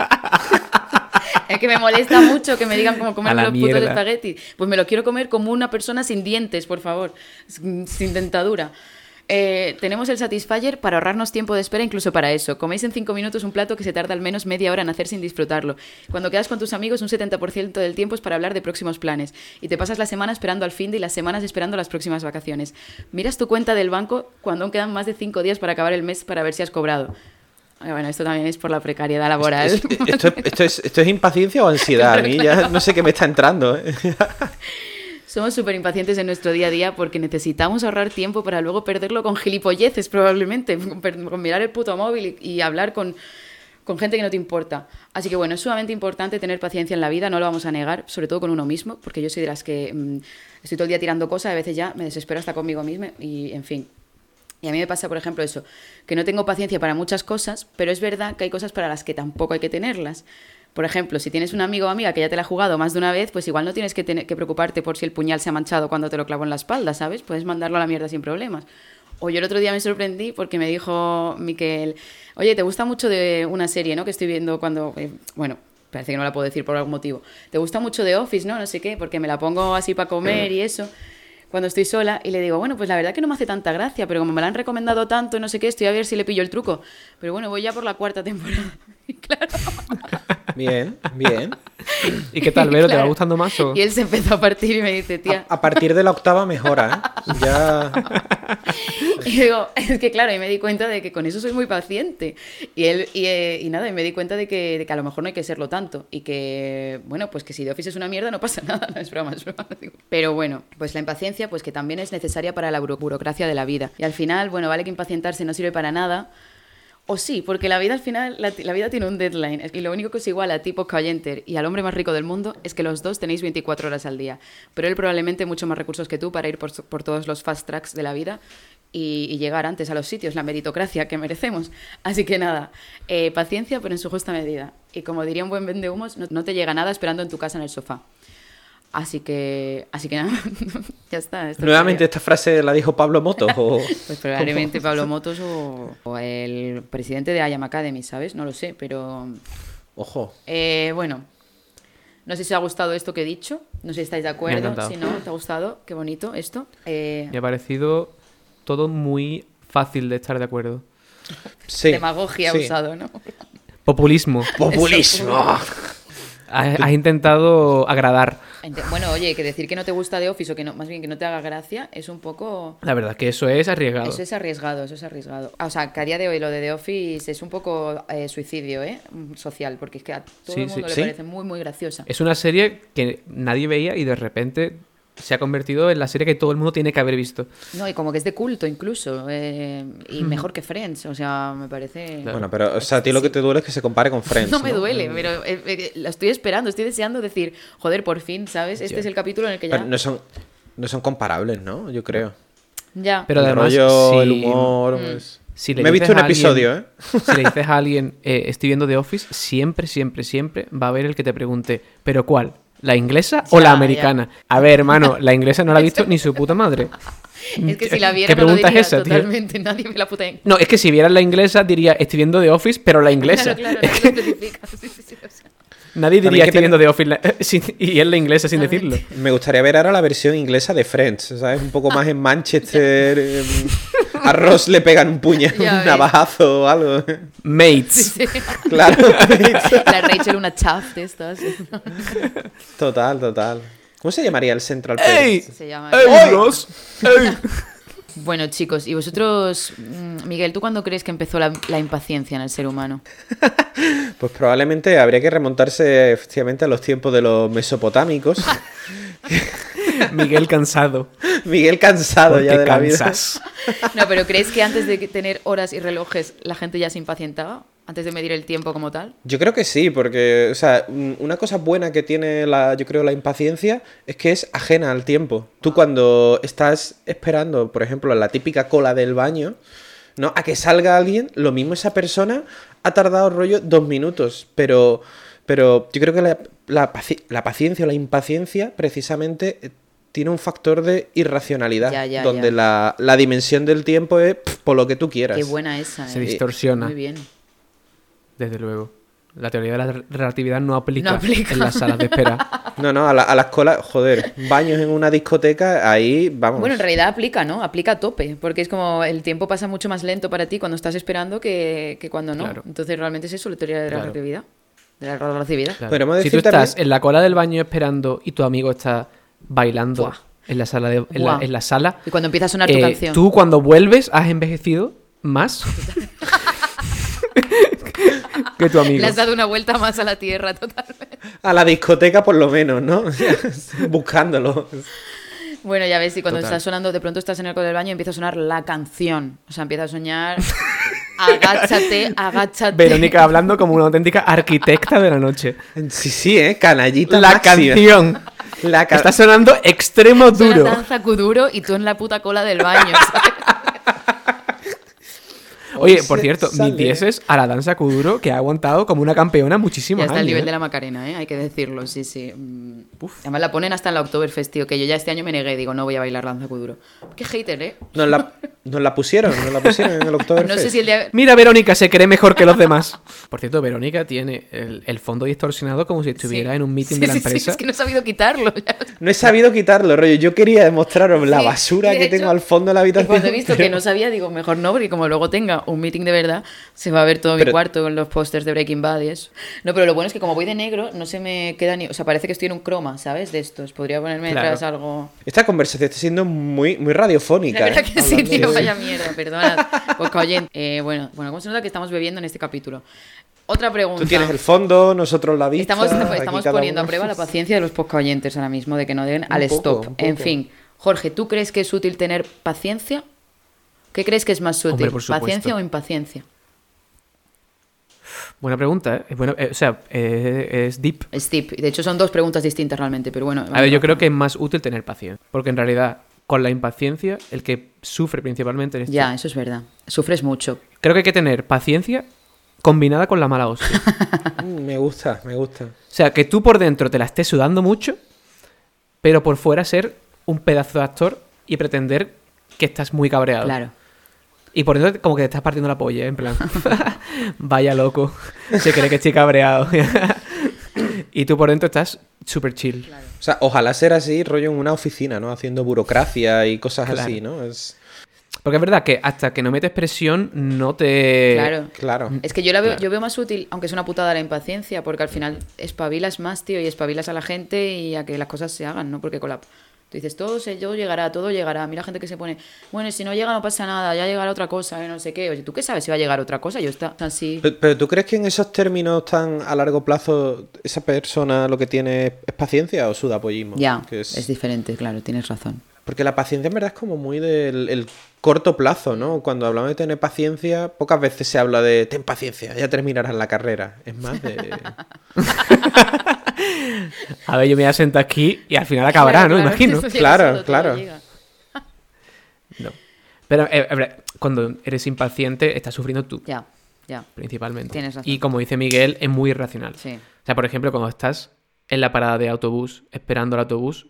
[SPEAKER 2] Es que me molesta mucho que me digan cómo comer
[SPEAKER 1] A la
[SPEAKER 2] los putos
[SPEAKER 1] mierda.
[SPEAKER 2] espaguetis. Pues me lo quiero comer como una persona sin dientes, por favor, sin sin dentadura. Eh, tenemos el Satisfyer para ahorrarnos tiempo de espera, incluso para eso. Coméis en 5 minutos un plato que se tarda al menos media hora en hacer sin disfrutarlo. Cuando quedas con tus amigos, un 70% del tiempo es para hablar de próximos planes. Y te pasas la semana esperando al fin de y las semanas esperando las próximas vacaciones. Miras tu cuenta del banco cuando aún quedan más de 5 días para acabar el mes para ver si has cobrado. Ah, Bueno, esto también es por la precariedad laboral.
[SPEAKER 3] es- esto, esto es, ¿Esto es impaciencia o ansiedad? A mí ya no sé qué me está entrando. ¿eh?
[SPEAKER 2] Somos súper impacientes en nuestro día a día porque necesitamos ahorrar tiempo para luego perderlo con gilipolleces, probablemente, con, per- con mirar el puto móvil y, y hablar con, con gente que no te importa. Así que bueno, es sumamente importante tener paciencia en la vida, no lo vamos a negar, sobre todo con uno mismo, porque yo soy de las que mm, estoy todo el día tirando cosas, a veces ya me desespero hasta conmigo misma y en fin. Y a mí me pasa, por ejemplo, eso, que no tengo paciencia para muchas cosas, pero es verdad que hay cosas para las que tampoco hay que tenerlas. Por ejemplo, si tienes un amigo o amiga que ya te la ha jugado más de una vez, pues igual no tienes que, tener- que preocuparte por si el puñal se ha manchado cuando te lo clavo en la espalda, ¿sabes? Puedes mandarlo a la mierda sin problemas. O yo el otro día me sorprendí porque me dijo Miquel, oye, ¿te gusta mucho de una serie, ¿no? Que estoy viendo cuando... eh, bueno, parece que no la puedo decir por algún motivo. ¿Te gusta mucho de Office, no? No sé qué, porque me la pongo así para comer y eso cuando estoy sola y le digo, bueno, pues la verdad que no me hace tanta gracia, pero como me la han recomendado tanto, no sé qué, estoy a ver si le pillo el truco. Pero bueno, voy ya por la cuarta temporada. Y claro.
[SPEAKER 3] Bien, bien.
[SPEAKER 1] ¿Y qué tal, Vero? ¿Te va
[SPEAKER 2] claro.
[SPEAKER 1] gustando más o...?
[SPEAKER 2] Y él se empezó a partir y me dice, tía.
[SPEAKER 3] A, a partir de la octava mejora. ¿eh? Ya.
[SPEAKER 2] Y yo digo, es que claro, y me di cuenta de que con eso soy muy paciente. Y él, y, eh, y nada, y me di cuenta de que, de que a lo mejor no hay que serlo tanto. Y que, bueno, pues que si The Office es una mierda no pasa nada, no es broma, es broma. digo. Pero bueno, pues la impaciencia, pues que también es necesaria para la buro- burocracia de la vida. Y al final, bueno, vale que impacientarse no sirve para nada. O sí, porque la vida al final, la, ti- la vida tiene un deadline. Y lo único que os iguala a ti, Poscayenter, y al hombre más rico del mundo es que los dos tenéis 24 horas al día. Pero él probablemente mucho más recursos que tú para ir por, so- por todos los fast tracks de la vida y, y llegar antes a los sitios, la meritocracia que merecemos. Así que nada, eh, paciencia, pero en su justa medida. Y como diría un buen vendehumos, no, no te llega nada esperando en tu casa en el sofá. Así que, así que nada, ya está. esto es
[SPEAKER 3] Nuevamente,
[SPEAKER 2] serio.
[SPEAKER 3] esta frase la dijo Pablo Motos. O...
[SPEAKER 2] Pues probablemente Pablo Motos o, o el presidente de IAM Academy, ¿sabes? No lo sé, pero
[SPEAKER 3] Ojo.
[SPEAKER 2] eh, bueno. No sé si os ha gustado esto que he dicho, no sé si estáis de acuerdo,
[SPEAKER 1] encantado.
[SPEAKER 2] si no, ¿te ha gustado? Qué bonito esto. Eh,
[SPEAKER 1] Me ha parecido todo muy fácil de estar de acuerdo.
[SPEAKER 3] Sí,
[SPEAKER 2] Demagogia
[SPEAKER 3] sí.
[SPEAKER 2] usado, ¿no?
[SPEAKER 1] Populismo.
[SPEAKER 2] pues.
[SPEAKER 4] Populismo.
[SPEAKER 1] Has, has intentado agradar.
[SPEAKER 2] Ente- Bueno, oye, que decir que no te gusta de Office o que no, más bien que no te haga gracia es un poco...
[SPEAKER 1] La verdad que eso es arriesgado.
[SPEAKER 2] Eso es arriesgado, eso es arriesgado. Ah, O sea, que a día de hoy lo de The Office es un poco eh, suicidio, ¿eh? Mm, Social, porque es que a todo
[SPEAKER 1] Sí,
[SPEAKER 2] el
[SPEAKER 1] sí.
[SPEAKER 2] mundo le
[SPEAKER 3] ¿Sí?
[SPEAKER 2] parece muy, muy graciosa.
[SPEAKER 1] Es una serie que nadie veía y de repente se ha convertido en la serie que todo el mundo tiene que haber visto.
[SPEAKER 2] No, y como que es de culto incluso, eh, y mejor que Friends, o sea, me parece...
[SPEAKER 1] Claro.
[SPEAKER 3] Bueno, pero, o sea, a ti lo que te duele es que se compare con Friends.
[SPEAKER 2] No me duele, pero eh, eh, lo estoy esperando, estoy deseando decir, joder, por fin, ¿sabes? Este
[SPEAKER 3] Ya.
[SPEAKER 2] es el capítulo en el que ya...
[SPEAKER 3] Pero no son, no son comparables, ¿no? Yo creo.
[SPEAKER 2] ya.
[SPEAKER 1] Pero
[SPEAKER 3] el
[SPEAKER 1] además,
[SPEAKER 3] rollo,
[SPEAKER 1] si-
[SPEAKER 3] el
[SPEAKER 2] Mm.
[SPEAKER 3] humor. pues-
[SPEAKER 1] si le
[SPEAKER 3] me he
[SPEAKER 1] dices
[SPEAKER 3] visto un
[SPEAKER 1] a alguien-
[SPEAKER 3] episodio, ¿eh?
[SPEAKER 1] Si le dices a alguien, eh, estoy viendo The Office, siempre, siempre, siempre va a haber el que te pregunte, ¿pero cuál? ¿La inglesa o
[SPEAKER 2] Ya,
[SPEAKER 1] la
[SPEAKER 2] ya.
[SPEAKER 1] americana? A ver, hermano, la inglesa no la ha visto ni su puta madre.
[SPEAKER 2] Es que si la viera
[SPEAKER 1] eh, ¿Qué
[SPEAKER 2] no lo
[SPEAKER 1] pregunta
[SPEAKER 2] diría
[SPEAKER 1] es esa, tío?
[SPEAKER 2] totalmente, nadie me la puta...
[SPEAKER 1] No, es que si vieras la inglesa diría, estoy viendo The Office, pero la inglesa.
[SPEAKER 2] Claro, claro, no lo especifica. Sí, sí, sí, o sea,
[SPEAKER 1] Nadie
[SPEAKER 3] También
[SPEAKER 1] diría,
[SPEAKER 3] que
[SPEAKER 1] estoy
[SPEAKER 3] tenga-
[SPEAKER 1] viendo The Office la- sin- y es la inglesa sin decirlo.
[SPEAKER 3] Me gustaría ver ahora la versión inglesa de Friends, ¿sabes? Un poco más en Manchester. em, a Ross le pegan un puño,
[SPEAKER 2] Ya
[SPEAKER 3] un
[SPEAKER 2] ves.
[SPEAKER 3] navajazo o algo. ¿eh?
[SPEAKER 1] Mates.
[SPEAKER 2] sí.
[SPEAKER 3] Claro.
[SPEAKER 2] La Rachel una chaf de estas.
[SPEAKER 3] total, total. ¿Cómo se llamaría el Central
[SPEAKER 1] ¡Ey!
[SPEAKER 3] Perk?
[SPEAKER 2] Se llama.
[SPEAKER 1] ¡Ey, Ross! ¡Ey!
[SPEAKER 2] Bueno, chicos, y vosotros, mm, Miguel, ¿tú cuándo crees que empezó la, la impaciencia en el ser humano?
[SPEAKER 3] Pues probablemente habría que remontarse efectivamente a los tiempos de los mesopotámicos.
[SPEAKER 1] Miguel cansado.
[SPEAKER 3] Miguel cansado ya
[SPEAKER 1] Porque
[SPEAKER 3] de la vida.
[SPEAKER 1] cansas.
[SPEAKER 2] No, pero ¿crees que antes de que tener horas y relojes la gente ya se impacientaba? Antes de medir el tiempo como tal.
[SPEAKER 3] Yo creo que sí, porque, o sea, un- una cosa buena que tiene la, yo creo, la impaciencia es que es ajena al tiempo. Tú cuando estás esperando, por ejemplo, la típica cola del baño, ¿no? A que salga alguien, lo mismo esa persona ha tardado rollo dos minutos, pero, pero yo creo que la, la paci- la paciencia o la impaciencia precisamente eh, tiene un factor de irracionalidad,
[SPEAKER 2] Ya, ya,
[SPEAKER 3] donde
[SPEAKER 2] ya.
[SPEAKER 3] La, la dimensión del tiempo es pff, por lo que tú quieras.
[SPEAKER 2] Qué buena esa.
[SPEAKER 1] Se
[SPEAKER 2] ¿eh?
[SPEAKER 1] distorsiona.
[SPEAKER 2] Muy bien.
[SPEAKER 1] Desde luego. La teoría de la re- relatividad no aplica,
[SPEAKER 2] No aplica.
[SPEAKER 1] en las salas de espera.
[SPEAKER 3] No, no, a, la- a las colas, joder, baños en una discoteca, ahí vamos.
[SPEAKER 2] Bueno, en realidad aplica, ¿no? Aplica a tope, porque es como el tiempo pasa mucho más lento para ti cuando estás esperando que, que cuando no.
[SPEAKER 1] Claro.
[SPEAKER 2] Entonces realmente es eso, la teoría de la
[SPEAKER 1] Claro.
[SPEAKER 2] relatividad. De la relatividad.
[SPEAKER 1] Claro.
[SPEAKER 3] Podríamos
[SPEAKER 1] Si tú
[SPEAKER 3] decir también-
[SPEAKER 1] estás en la cola del baño esperando y tu amigo está bailando
[SPEAKER 2] Buah.
[SPEAKER 1] en la sala, de- en la-
[SPEAKER 2] Buah.
[SPEAKER 1] en la sala
[SPEAKER 2] Y cuando empieza a sonar tu
[SPEAKER 1] eh,
[SPEAKER 2] canción.
[SPEAKER 1] tú cuando vuelves has envejecido más que tu amigo.
[SPEAKER 2] Le has dado una vuelta más a la tierra totalmente.
[SPEAKER 3] A la discoteca por lo menos, ¿no? Buscándolo.
[SPEAKER 2] Bueno, ya ves, y cuando
[SPEAKER 1] Total.
[SPEAKER 2] estás sonando, de pronto estás en el coche del baño y empieza a sonar la canción. O sea, empieza a soñar. agáchate, agáchate.
[SPEAKER 1] Verónica hablando como una auténtica arquitecta de la noche.
[SPEAKER 3] Sí, sí, ¿eh? Canallita
[SPEAKER 1] La
[SPEAKER 3] máxima.
[SPEAKER 1] canción.
[SPEAKER 3] La ca-
[SPEAKER 1] Está sonando extremo
[SPEAKER 2] Suena
[SPEAKER 1] duro.
[SPEAKER 2] danza kuduro y tú en la puta cola del baño. ¿sabes?
[SPEAKER 1] Oye,
[SPEAKER 3] Se
[SPEAKER 1] por cierto,
[SPEAKER 3] sale.
[SPEAKER 1] mis dieces a la danza Kuduro que ha aguantado como una campeona muchísimo
[SPEAKER 2] Ya está el
[SPEAKER 1] años,
[SPEAKER 2] nivel
[SPEAKER 1] ¿eh?
[SPEAKER 2] de la Macarena, ¿eh? hay que decirlo, sí, sí. Mm. Además la ponen hasta en la Oktoberfest, tío, que yo ya este año me negué, digo, no voy a bailar danza kuduro. Qué hater, ¿eh?
[SPEAKER 3] Nos la, nos la pusieron, nos la pusieron en el Oktoberfest.
[SPEAKER 2] No sé si el día...
[SPEAKER 1] Mira, Verónica se cree mejor que los demás. Por cierto, Verónica tiene el, el fondo distorsionado como si estuviera
[SPEAKER 2] Sí.
[SPEAKER 1] en un meeting
[SPEAKER 2] Sí,
[SPEAKER 1] de la
[SPEAKER 2] sí, sí,
[SPEAKER 1] empresa.
[SPEAKER 2] es que no he sabido quitarlo. ya.
[SPEAKER 3] No he sabido quitarlo, rollo. Yo quería demostraros la
[SPEAKER 2] Sí,
[SPEAKER 3] basura
[SPEAKER 2] de
[SPEAKER 3] que
[SPEAKER 2] hecho,
[SPEAKER 3] tengo al fondo de la
[SPEAKER 2] Y
[SPEAKER 3] habitación.
[SPEAKER 2] cuando he visto que
[SPEAKER 3] pero-
[SPEAKER 2] no sabía, digo, mejor no, porque como luego tenga un meeting de verdad, se va a ver todo mi
[SPEAKER 3] Pero-
[SPEAKER 2] cuarto con los pósters de Breaking Bad y eso. No, pero lo bueno es que como voy de negro, no se me queda ni... O sea, parece que estoy en un croma, ¿sabes? De estos. Podría ponerme
[SPEAKER 1] Claro.
[SPEAKER 2] detrás algo...
[SPEAKER 3] Esta conversación está siendo muy, muy radiofónica.
[SPEAKER 2] La verdad
[SPEAKER 3] ¿eh?
[SPEAKER 2] que sí,
[SPEAKER 3] Hablando
[SPEAKER 2] tío,
[SPEAKER 3] de-
[SPEAKER 2] vaya mierda, perdona. Boca oyente. Eh, bueno, bueno, ¿cómo se nota que estamos bebiendo en este capítulo? Otra pregunta.
[SPEAKER 3] Tú tienes el fondo, nosotros la vista.
[SPEAKER 2] Estamos, pues,
[SPEAKER 3] aquí
[SPEAKER 2] estamos
[SPEAKER 3] cada
[SPEAKER 2] poniendo a
[SPEAKER 3] uno.
[SPEAKER 2] prueba la paciencia de los podcast oyentes ahora mismo, de que no den al
[SPEAKER 3] poco,
[SPEAKER 2] stop.
[SPEAKER 3] un
[SPEAKER 2] En
[SPEAKER 3] poco.
[SPEAKER 2] fin, Jorge, ¿tú crees que es útil tener paciencia? ¿Qué crees que es más útil?
[SPEAKER 1] Hombre, por supuesto.
[SPEAKER 2] ¿Paciencia o impaciencia?
[SPEAKER 1] Buena pregunta, ¿eh? Es buena- eh, o sea, eh, es deep.
[SPEAKER 2] Steve, de hecho son dos preguntas distintas realmente, pero bueno.
[SPEAKER 1] A ver, yo creo que es más útil tener paciencia. Porque en realidad, con la impaciencia, el que sufre principalmente es
[SPEAKER 2] Ya, eso es verdad. Sufres mucho.
[SPEAKER 1] Creo que hay que tener paciencia combinada con la mala hostia.
[SPEAKER 3] Mm, Me gusta, me gusta.
[SPEAKER 1] O sea, que tú por dentro te la estés sudando mucho, pero por fuera ser un pedazo de actor y pretender que estás muy cabreado.
[SPEAKER 2] Claro.
[SPEAKER 1] Y por dentro como que te estás partiendo la polla, ¿eh? en plan, vaya loco, se cree que estoy cabreado. y tú por dentro estás súper chill.
[SPEAKER 3] O sea, ojalá ser así, rollo en una oficina, ¿no? Haciendo burocracia y cosas
[SPEAKER 1] Claro.
[SPEAKER 3] así, ¿no? Es...
[SPEAKER 1] Porque es verdad que hasta que no metes presión, no te.
[SPEAKER 2] Claro.
[SPEAKER 3] Mm. Claro.
[SPEAKER 2] Es que yo la veo, yo veo más útil, aunque es una putada la impaciencia, porque al final espabilas más, tío, y espabilas a la gente y a que las cosas se hagan, ¿no? Porque con la... Tú dices, todo, se, todo llegará, todo llegará. Mira gente que se pone, bueno, y si no llega no pasa nada, ya llegará otra cosa, eh, no sé qué. Oye, ¿tú qué sabes si va a llegar otra cosa? Yo está así...
[SPEAKER 3] Pe- Pero ¿tú crees que en esos términos tan a largo plazo esa persona lo que tiene es paciencia o sudapollismo?
[SPEAKER 2] Ya,
[SPEAKER 3] Que
[SPEAKER 2] es...
[SPEAKER 3] es-
[SPEAKER 2] diferente, claro, tienes razón.
[SPEAKER 3] Porque la paciencia en verdad es como muy del el corto plazo, ¿no? Cuando hablamos de tener paciencia, pocas veces se habla de ten paciencia, ya terminarás la carrera. Es más de...
[SPEAKER 1] A ver, yo me voy a sentar aquí y al final acabará,
[SPEAKER 2] Claro,
[SPEAKER 1] ¿no?
[SPEAKER 2] claro,
[SPEAKER 1] Imagino.
[SPEAKER 2] eso llega
[SPEAKER 3] Claro,
[SPEAKER 2] solo, todo
[SPEAKER 3] claro.
[SPEAKER 2] llega.
[SPEAKER 1] No. Pero eh, a ver, cuando eres impaciente, estás sufriendo tú,
[SPEAKER 2] Ya, ya.
[SPEAKER 1] principalmente.
[SPEAKER 2] Tienes razón.
[SPEAKER 1] Y como dice Miguel, es muy irracional.
[SPEAKER 2] Sí.
[SPEAKER 1] O sea, por ejemplo, cuando estás en la parada de autobús, esperando el autobús,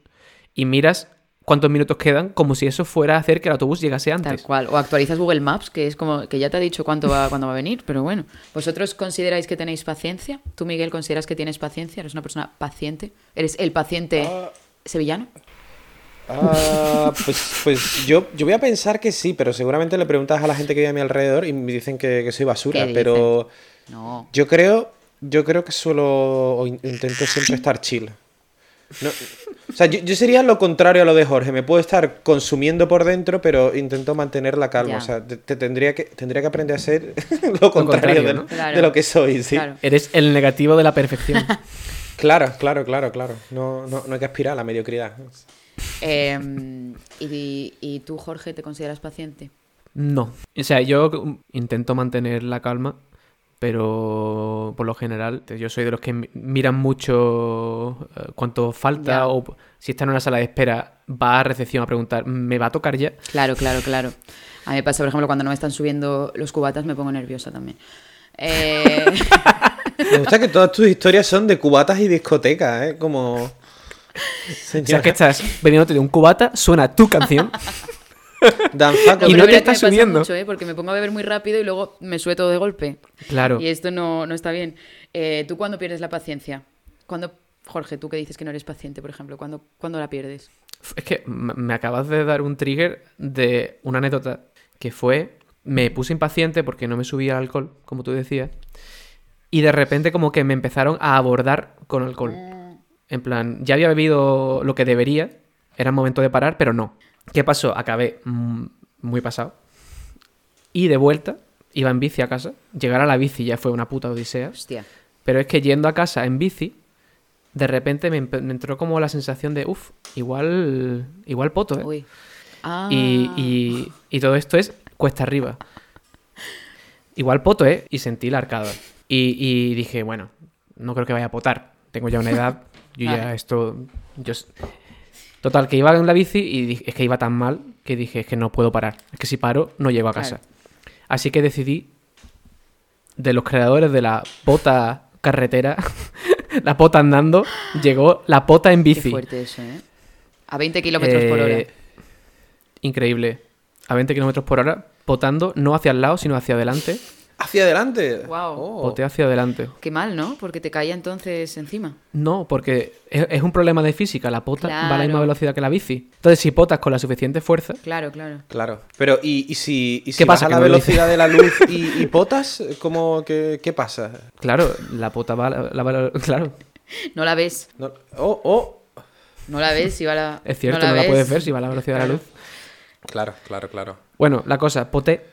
[SPEAKER 1] y miras cuántos minutos quedan, como si eso fuera a hacer que el autobús llegase
[SPEAKER 2] Tal
[SPEAKER 1] antes.
[SPEAKER 2] cual. O actualizas Google Maps, que es como que ya te ha dicho cuánto va, cuándo va a venir, pero bueno. ¿Vosotros consideráis que tenéis paciencia? ¿Tú, Miguel, consideras que tienes paciencia? ¿Eres una persona paciente? ¿Eres el paciente sevillano?
[SPEAKER 3] Ah, pues pues yo, yo voy a pensar que sí, pero seguramente le preguntas a la gente que vive a mi alrededor y me dicen que, que soy basura,
[SPEAKER 2] ¿Qué
[SPEAKER 3] pero
[SPEAKER 2] No.
[SPEAKER 3] yo creo, yo creo que suelo o in- intento siempre estar chill. No- o sea, yo, yo sería lo contrario a lo de Jorge. Me puedo estar consumiendo por dentro, pero intento mantener la calma.
[SPEAKER 2] Ya.
[SPEAKER 3] O sea, te, te tendría, que, tendría que aprender a ser lo contrario,
[SPEAKER 1] contrario,
[SPEAKER 3] de,
[SPEAKER 1] ¿no?
[SPEAKER 2] Claro.
[SPEAKER 3] de lo que soy, sí.
[SPEAKER 2] Claro.
[SPEAKER 3] Claro,
[SPEAKER 1] Eres el negativo de la perfección.
[SPEAKER 3] claro, claro, claro. No, no, no hay que aspirar a la mediocridad.
[SPEAKER 2] Eh, y, y tú, Jorge, te consideras paciente?
[SPEAKER 1] No. O sea, yo um, intento mantener la calma, pero por lo general, yo soy de los que mi- miran mucho eh, cuánto falta
[SPEAKER 2] Ya.
[SPEAKER 1] o si está en una sala de espera, va a recepción a preguntar, ¿me va a tocar ya?
[SPEAKER 2] Claro, claro, claro. A mí me pasa, por ejemplo, cuando no me están subiendo los cubatas, me pongo nerviosa también. Eh,
[SPEAKER 3] Me gusta que todas tus historias son de cubatas y discotecas, ¿eh? Como...
[SPEAKER 1] O sea, que estás bebiéndote de un cubata, suena tu canción.
[SPEAKER 3] Danza con-
[SPEAKER 1] Y no
[SPEAKER 2] primero
[SPEAKER 1] te
[SPEAKER 2] que
[SPEAKER 1] estás
[SPEAKER 2] me pasa
[SPEAKER 1] subiendo.
[SPEAKER 2] mucho, ¿eh? Porque me pongo a beber muy rápido y luego me sube todo de golpe.
[SPEAKER 1] Claro.
[SPEAKER 2] Y esto no, no está bien. Eh, ¿Tú cuándo pierdes la paciencia? ¿Cuándo, Jorge, tú que dices que no eres paciente, por ejemplo, ¿cuándo, cuándo la pierdes?
[SPEAKER 1] Es que me me acabas de dar un trigger de una anécdota que fue, me puse impaciente porque no me subía el alcohol, como tú decías, y de repente como que me empezaron a abordar con alcohol. En plan, ya había bebido lo que debería, era momento de parar, pero no. ¿Qué pasó? Acabé mm, muy pasado. Y de vuelta, iba en bici a casa, llegar a la bici ya fue una puta odisea.
[SPEAKER 2] Hostia.
[SPEAKER 1] Pero es que yendo a casa en bici, de repente me, empe- me entró como la sensación de, uff, igual, igual poto, ¿eh?
[SPEAKER 2] Uy. Ah.
[SPEAKER 1] Y, y- y todo esto es cuesta arriba. Igual poto, ¿eh? Y sentí la arcada. Y, y dije, bueno, no creo que vaya a potar. Tengo ya una edad, yo ya
[SPEAKER 2] Vale.
[SPEAKER 1] esto... Yo... s- Total, que iba en la bici y dije- es que iba tan mal que dije, es que no puedo parar. Es que si paro, no llego a casa. Así que decidí, de los creadores de la pota carretera, la pota andando, llegó la pota en
[SPEAKER 2] Qué
[SPEAKER 1] bici.
[SPEAKER 2] fuerte eso, ¿eh? A 20 kilómetros por hora.
[SPEAKER 1] Eh, Increíble. A 20 kilómetros por hora, potando no hacia el lado, sino hacia adelante.
[SPEAKER 3] hacia adelante.
[SPEAKER 2] Guau.
[SPEAKER 3] Oh.
[SPEAKER 1] Poté hacia adelante.
[SPEAKER 2] Qué mal, ¿no? Porque te caía entonces encima.
[SPEAKER 1] No, porque es, es un problema de física. La pota va a la
[SPEAKER 2] Claro.
[SPEAKER 1] misma velocidad que la bici. Entonces, si potas con la suficiente fuerza,
[SPEAKER 2] Claro, claro.
[SPEAKER 3] Claro. Pero, ¿y, y si, y si
[SPEAKER 1] ¿Qué pasa?
[SPEAKER 3] baja
[SPEAKER 1] Que
[SPEAKER 3] la
[SPEAKER 1] no lo dice.
[SPEAKER 3] velocidad de la luz y, y potas? ¿Cómo, qué, ¿Qué pasa?
[SPEAKER 1] claro, la pota va. La, la- la- claro,
[SPEAKER 2] No la ves.
[SPEAKER 3] No- Oh, oh.
[SPEAKER 2] No la ves si va la.
[SPEAKER 1] es cierto, no la,
[SPEAKER 2] ves.
[SPEAKER 1] puedes ver si va a la velocidad de la
[SPEAKER 2] Claro.
[SPEAKER 1] luz.
[SPEAKER 3] Claro, claro, claro.
[SPEAKER 1] Bueno, la cosa, poté.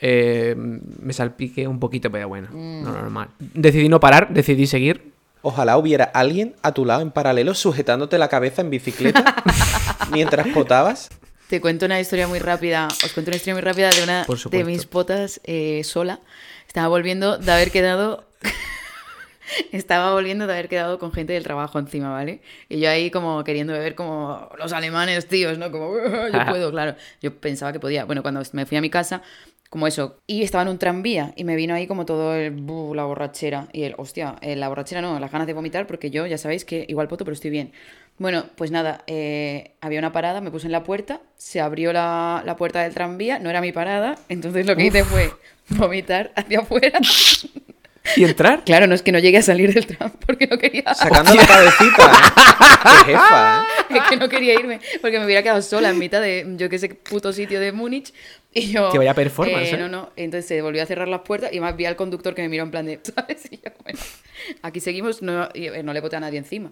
[SPEAKER 1] eh, me salpiqué un poquito, pero bueno,
[SPEAKER 2] Mm.
[SPEAKER 1] no normal. Decidí no parar, decidí seguir.
[SPEAKER 3] Ojalá hubiera alguien a tu lado en paralelo sujetándote la cabeza en bicicleta mientras potabas.
[SPEAKER 2] Te cuento una historia muy rápida. Os cuento una historia muy rápida de una
[SPEAKER 1] Por
[SPEAKER 2] de
[SPEAKER 1] supuesto.
[SPEAKER 2] mis potas eh, sola. Estaba volviendo de haber quedado. Estaba volviendo de haber quedado con gente del trabajo encima, ¿vale? Y yo ahí como queriendo beber como los alemanes, tíos, ¿no? Como yo puedo, claro. Yo pensaba que podía. Bueno, cuando me fui a mi casa, como eso. Y estaba en un tranvía y me vino ahí como todo el... "Bu, la borrachera. Y el, hostia, eh, la borrachera no, las ganas de vomitar porque yo, ya sabéis que igual poto, pero estoy bien. Bueno, pues nada, eh, había una parada, me puse en la puerta, se abrió la, la puerta del tranvía, no era mi parada, entonces lo que hice fue vomitar hacia afuera.
[SPEAKER 1] ¿Y entrar?
[SPEAKER 2] Claro, no es que no llegué a salir del tram porque no quería,
[SPEAKER 3] Sacando la cabecita. ¿eh? ¡Qué jefa! ¿eh?
[SPEAKER 2] es que no quería irme, porque me hubiera quedado sola en mitad de yo qué sé qué puto sitio de Múnich Y yo,
[SPEAKER 1] Que vaya performance, ¿eh?
[SPEAKER 2] No, no. Entonces se volvió a cerrar las puertas y más vi al conductor que me miró en plan de, ¿sabes? Y yo, bueno, aquí seguimos, no, y, eh, no le boté a nadie encima.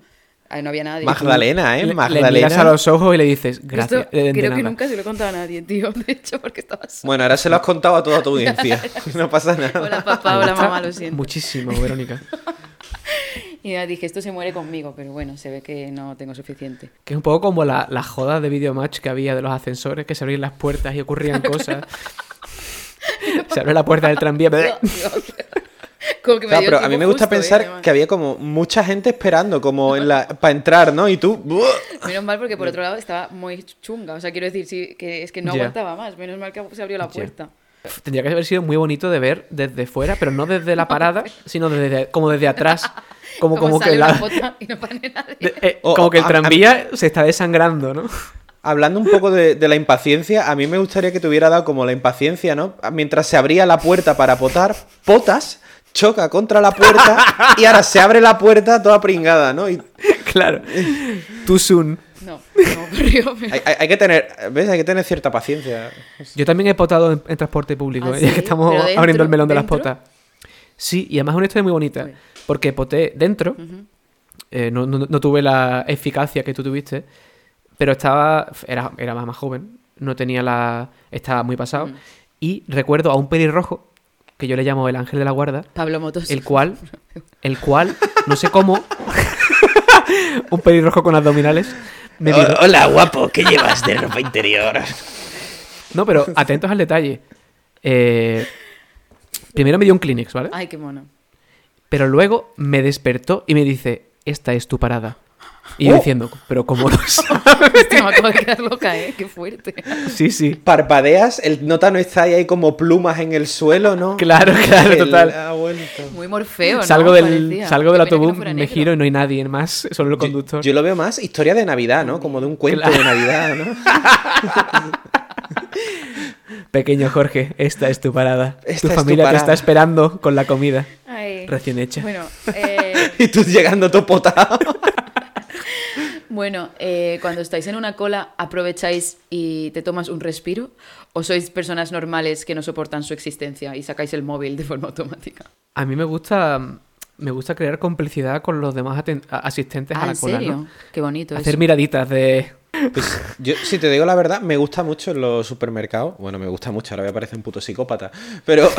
[SPEAKER 2] Ahí no había nadie.
[SPEAKER 3] Magdalena,
[SPEAKER 1] Le-
[SPEAKER 3] ¿eh?
[SPEAKER 1] Le miras
[SPEAKER 3] Magdalena.
[SPEAKER 1] a los ojos y le dices,
[SPEAKER 2] Esto
[SPEAKER 1] gracias. eh, de- de
[SPEAKER 2] creo
[SPEAKER 1] nada.
[SPEAKER 2] que nunca se lo he contado a nadie, tío. De hecho, porque estaba sola.
[SPEAKER 3] Bueno, ahora se lo has contado a toda tu audiencia. No pasa nada.
[SPEAKER 2] Hola,
[SPEAKER 1] Me
[SPEAKER 2] papá, hola,
[SPEAKER 1] gusta
[SPEAKER 2] mamá, lo siento.
[SPEAKER 1] Muchísimo, Verónica.
[SPEAKER 2] Y ya dije, esto se muere conmigo, pero bueno, se ve que no tengo suficiente.
[SPEAKER 1] Que es un poco como la, la joda de videomatch que había de los ascensores, que se abrían las puertas y ocurrían cosas. se abre la puerta del tranvía.
[SPEAKER 2] No, digo, como que me
[SPEAKER 3] Claro,
[SPEAKER 2] dio
[SPEAKER 3] pero
[SPEAKER 2] el
[SPEAKER 3] a mí
[SPEAKER 2] tiempo
[SPEAKER 3] me
[SPEAKER 2] justo,
[SPEAKER 3] gusta
[SPEAKER 2] ¿eh?
[SPEAKER 3] pensar
[SPEAKER 2] Además.
[SPEAKER 3] que había como mucha gente esperando como en la para entrar, ¿no? Y tú ¡buah!
[SPEAKER 2] Menos mal porque por otro lado estaba muy chunga. O sea, quiero decir, sí, que es que no
[SPEAKER 1] Ya.
[SPEAKER 2] aguantaba más. Menos mal que se abrió la
[SPEAKER 1] Ya.
[SPEAKER 2] puerta.
[SPEAKER 1] Pf, Tendría que haber sido muy bonito de ver desde fuera, pero no desde la parada, sino desde como desde atrás. Como, como,
[SPEAKER 2] sale
[SPEAKER 1] que
[SPEAKER 2] una
[SPEAKER 1] la-
[SPEAKER 2] foto y no pone nadie.
[SPEAKER 1] de- eh,
[SPEAKER 3] O-
[SPEAKER 1] como que el
[SPEAKER 3] a- a-
[SPEAKER 1] tranvía se está desangrando, ¿no?
[SPEAKER 3] Hablando un poco de, de la impaciencia, a mí me gustaría que te hubiera dado como la impaciencia, ¿no? Mientras se abría la puerta para potar, potas, choca contra la puerta y ahora se abre la puerta toda pringada, ¿no? Y
[SPEAKER 1] claro. Too soon.
[SPEAKER 2] No, no ocurrió. pero-
[SPEAKER 3] hay, hay- hay que tener, ¿ves? Hay que tener cierta paciencia.
[SPEAKER 1] Yo también he potado en, en transporte público,
[SPEAKER 2] ¿Ah,
[SPEAKER 1] eh, ya
[SPEAKER 2] sí?
[SPEAKER 1] que estamos
[SPEAKER 2] ¿Pero dentro?
[SPEAKER 1] abriendo el melón de las
[SPEAKER 2] ¿Dentro?
[SPEAKER 1] potas. Sí, y además es una historia muy bonita,
[SPEAKER 2] Uy.
[SPEAKER 1] porque poté dentro, eh, no, no- no tuve la eficacia que tú tuviste, pero estaba, era, era más, más joven, no tenía la... estaba muy pasado, y recuerdo a un pelirrojo, que yo le llamo el ángel de la guarda,
[SPEAKER 2] Pablo Motos.
[SPEAKER 1] el cual, el cual, no sé cómo, un pelirrojo con abdominales, me miró.
[SPEAKER 4] O- Hola, guapo, ¿qué llevas de ropa interior?
[SPEAKER 1] No, pero atentos al detalle. Eh, primero me dio un Kleenex, ¿vale?
[SPEAKER 2] Ay, qué mono.
[SPEAKER 1] Pero luego me despertó y me dice, esta es tu parada. Y yo
[SPEAKER 3] Oh.
[SPEAKER 1] diciendo, pero ¿cómo lo sabes?".
[SPEAKER 2] Hostia, me acabo Este de quedar loca, ¿eh? Qué fuerte.
[SPEAKER 1] Sí, sí.
[SPEAKER 3] Parpadeas, el nota no está ahí, hay como plumas en el suelo, ¿no?
[SPEAKER 1] Claro, claro,
[SPEAKER 3] Él
[SPEAKER 1] total.
[SPEAKER 3] ha vuelto.
[SPEAKER 2] Muy morfeo, ¿no?
[SPEAKER 1] salgo del,
[SPEAKER 2] Parecía.
[SPEAKER 1] salgo del
[SPEAKER 2] Qué pena que no
[SPEAKER 1] autobús,
[SPEAKER 2] fuera
[SPEAKER 1] me
[SPEAKER 2] negro.
[SPEAKER 1] giro y no hay nadie más, solo el
[SPEAKER 3] Yo,
[SPEAKER 1] conductor.
[SPEAKER 3] yo lo veo más historia de Navidad, ¿no? Como de un cuento de Navidad, ¿no?
[SPEAKER 1] Pequeño Jorge, esta es tu parada.
[SPEAKER 3] Esta
[SPEAKER 1] tu
[SPEAKER 3] es tu
[SPEAKER 1] familia te
[SPEAKER 3] parada.
[SPEAKER 1] está esperando con la comida
[SPEAKER 2] Ay.
[SPEAKER 1] recién hecha.
[SPEAKER 2] Bueno, eh,
[SPEAKER 3] Y tú llegando todo potado.
[SPEAKER 2] Bueno, eh, cuando estáis en una cola, ¿aprovecháis y te tomas un respiro? ¿O sois personas normales que no soportan su existencia y sacáis el móvil de forma automática?
[SPEAKER 1] A mí me gusta, me gusta crear complicidad con los demás aten- a- asistentes
[SPEAKER 2] Ah,
[SPEAKER 1] a la
[SPEAKER 2] ¿en
[SPEAKER 1] cola,
[SPEAKER 2] serio?
[SPEAKER 1] ¿no?
[SPEAKER 2] Qué bonito
[SPEAKER 1] Hacer
[SPEAKER 2] eso.
[SPEAKER 1] miraditas de...
[SPEAKER 3] Pues yo, si te digo la verdad, me gusta mucho en los supermercados. Bueno, me gusta mucho, ahora voy a parecer un puto psicópata. Pero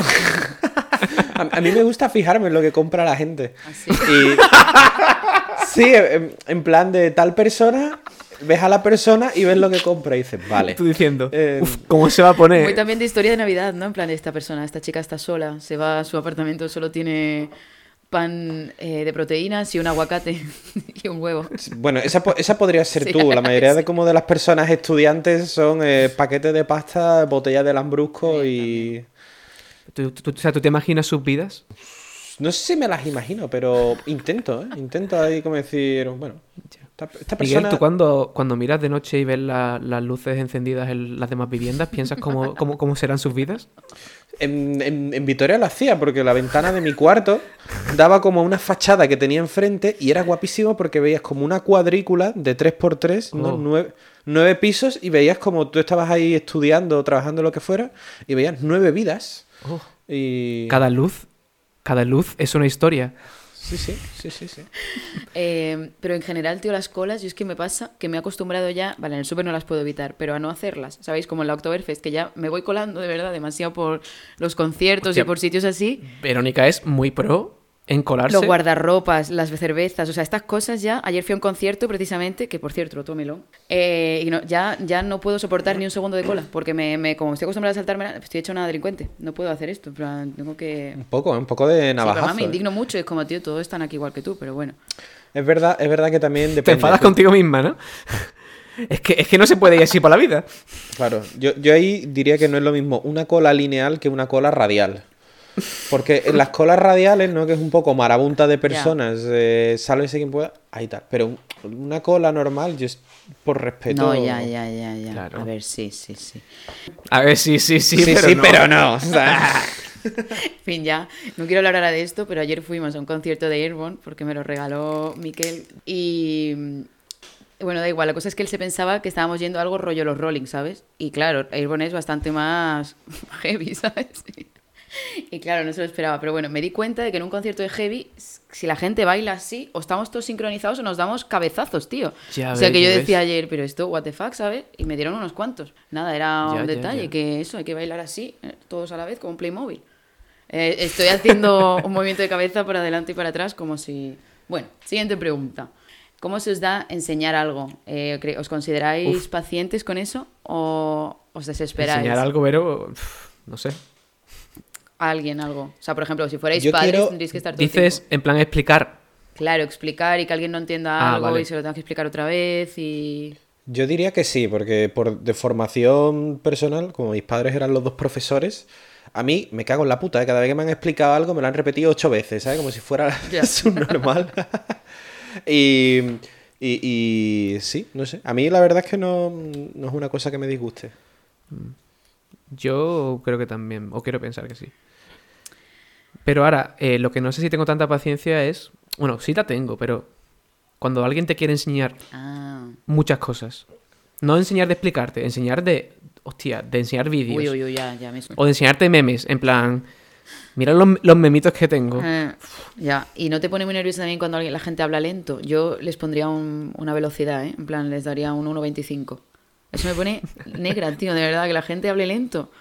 [SPEAKER 3] a, a mí me gusta fijarme en lo que compra la gente.
[SPEAKER 2] ¿Ah, sí?
[SPEAKER 3] Y- sí, en, en plan de tal persona, ves a la persona y ves lo que compra y dices, vale.
[SPEAKER 1] Tú diciendo,
[SPEAKER 3] Eh,
[SPEAKER 1] "Uf, ¿cómo se va a poner?
[SPEAKER 2] Muy también de historia de Navidad, ¿no? En plan, esta persona, esta chica está sola, se va a su apartamento, solo tiene pan eh, de proteínas y un aguacate y un huevo.
[SPEAKER 3] Bueno, esa, po- esa podría ser
[SPEAKER 2] Sí,
[SPEAKER 3] tú. La mayoría
[SPEAKER 2] sí.
[SPEAKER 3] de como de las personas estudiantes son eh, paquetes de pasta, botellas de lambrusco y...
[SPEAKER 1] ¿Tú, tú- tú- o sea, ¿tú te imaginas sus vidas?
[SPEAKER 3] No sé si me las imagino, pero intento, ¿eh? Intento ahí como decir, bueno, esta, esta persona...
[SPEAKER 1] Miguel, tú cuando, cuando miras de noche y ves la- las luces encendidas en las demás viviendas, ¿piensas cómo, cómo, cómo serán sus vidas?
[SPEAKER 3] En, en- en Vitoria lo hacía porque la ventana de mi cuarto daba como una fachada que tenía enfrente y era guapísimo porque veías como una cuadrícula de 3x3, ¿no?
[SPEAKER 1] Oh.
[SPEAKER 3] nueve, nueve pisos y veías como tú estabas ahí estudiando, trabajando, lo que fuera y veías nueve vidas. Y...
[SPEAKER 1] Oh. Cada luz, cada luz es una historia.
[SPEAKER 3] Sí, sí, sí, sí, sí.
[SPEAKER 2] Eh, pero en general, tío, las colas, yo es que me pasa que me he acostumbrado ya, vale, en el súper no las puedo evitar, pero a no hacerlas, ¿sabéis? Como en la Oktoberfest, que ya me voy colando de verdad demasiado por los conciertos
[SPEAKER 1] Hostia.
[SPEAKER 2] y por sitios así.
[SPEAKER 1] Verónica es muy pro en colarse.
[SPEAKER 2] Los guardarropas, las cervezas, o sea, estas cosas ya. Ayer fui a un concierto precisamente, que por cierto, tómelo. eh, y no, ya, ya no puedo soportar ni un segundo de cola, porque me, me- como estoy acostumbrada a saltarme, la- estoy hecha una delincuente. No puedo hacer esto, en plan, tengo que.
[SPEAKER 3] Un poco, un poco de
[SPEAKER 2] Sí, pero
[SPEAKER 3] navajazo.
[SPEAKER 2] además me
[SPEAKER 3] ¿eh?
[SPEAKER 2] indigno mucho, es como, tío, todos están aquí igual que tú, pero bueno.
[SPEAKER 3] Es verdad, es verdad que también depende.
[SPEAKER 1] Te enfadas contigo misma, ¿no? Es que, es que no se puede ir así por la vida.
[SPEAKER 3] Claro, yo, yo ahí diría que no es lo mismo una cola lineal que una cola radial. Porque en las colas radiales, ¿no? Que es un poco marabunta de personas, eh, sálvese quien pueda, ahí tal. Pero un- una cola normal, yo es- por respeto.
[SPEAKER 2] No, ya, ya, ya, ya.
[SPEAKER 1] Claro.
[SPEAKER 2] A ver, sí, sí, sí.
[SPEAKER 1] A ver, sí, sí, sí,
[SPEAKER 3] Sí, sí,
[SPEAKER 1] pero no.
[SPEAKER 3] pero no. o sea,
[SPEAKER 2] En fin, ya, no quiero hablar ahora de esto, pero ayer fuimos a un concierto de Airborne porque me lo regaló Miquel y mm, Bueno, da igual, la cosa es que él se pensaba que estábamos yendo a algo rollo los Rolling, ¿sabes? Y claro, Airborne es bastante más heavy, ¿sabes? Y claro, no se lo esperaba, pero bueno, me di cuenta de que en un concierto de heavy, si la gente baila así, o estamos todos sincronizados o nos damos cabezazos, tío.
[SPEAKER 1] Ya
[SPEAKER 2] o sea
[SPEAKER 1] ves,
[SPEAKER 2] que yo
[SPEAKER 1] ya ves.
[SPEAKER 2] decía ayer, pero esto, what the fuck, ¿sabes? Y me dieron unos cuantos. Nada, era
[SPEAKER 1] Ya,
[SPEAKER 2] un
[SPEAKER 1] ya,
[SPEAKER 2] detalle,
[SPEAKER 1] ya.
[SPEAKER 2] que eso, hay que bailar así, eh, todos a la vez, como un Playmobil. Eh, estoy haciendo un movimiento de cabeza para adelante y para atrás como si... Bueno, siguiente pregunta. ¿Cómo se os da enseñar algo? Eh, cre- ¿Os consideráis
[SPEAKER 1] Uf.
[SPEAKER 2] pacientes con eso o os desesperáis?
[SPEAKER 1] Enseñar algo, pero. pf, No sé.
[SPEAKER 2] A alguien algo. O sea, por ejemplo, si fuerais
[SPEAKER 3] Yo
[SPEAKER 2] padres
[SPEAKER 3] quiero-
[SPEAKER 2] tendríais que estar todo el
[SPEAKER 1] Dices,
[SPEAKER 2] tiempo.
[SPEAKER 1] en plan, explicar.
[SPEAKER 2] Claro, explicar y que alguien no entienda
[SPEAKER 1] Ah,
[SPEAKER 2] algo
[SPEAKER 1] vale.
[SPEAKER 2] y se lo tenga que explicar otra vez y...
[SPEAKER 3] Yo diría que sí, porque por de formación personal, como mis padres eran los dos profesores, a mí me cago en la puta, ¿eh? cada vez que me han explicado algo me lo han repetido ocho veces, ¿sabes? Como si fuera
[SPEAKER 2] Ya.
[SPEAKER 3] subnormal. y, y, y sí, no sé. A mí la verdad es que no, no es una cosa que me disguste.
[SPEAKER 1] Yo creo que también, o quiero pensar que sí. Pero ahora, eh, lo que no sé si tengo tanta paciencia es. Bueno, sí la tengo, pero. Cuando alguien te quiere enseñar
[SPEAKER 2] Ah.
[SPEAKER 1] muchas cosas. No enseñar de explicarte, enseñar de. Hostia, de enseñar vídeos.
[SPEAKER 2] Uy, uy, uy, ya, ya me...
[SPEAKER 1] O de enseñarte memes, en plan. Mira los, los memitos que tengo.
[SPEAKER 2] Eh, ya, y no te pone muy nerviosa también cuando alguien- la gente habla lento. Yo les pondría un- una velocidad, ¿eh? En plan, les daría un 1.25. Eso me pone negra, tío, de verdad, que la gente hable lento.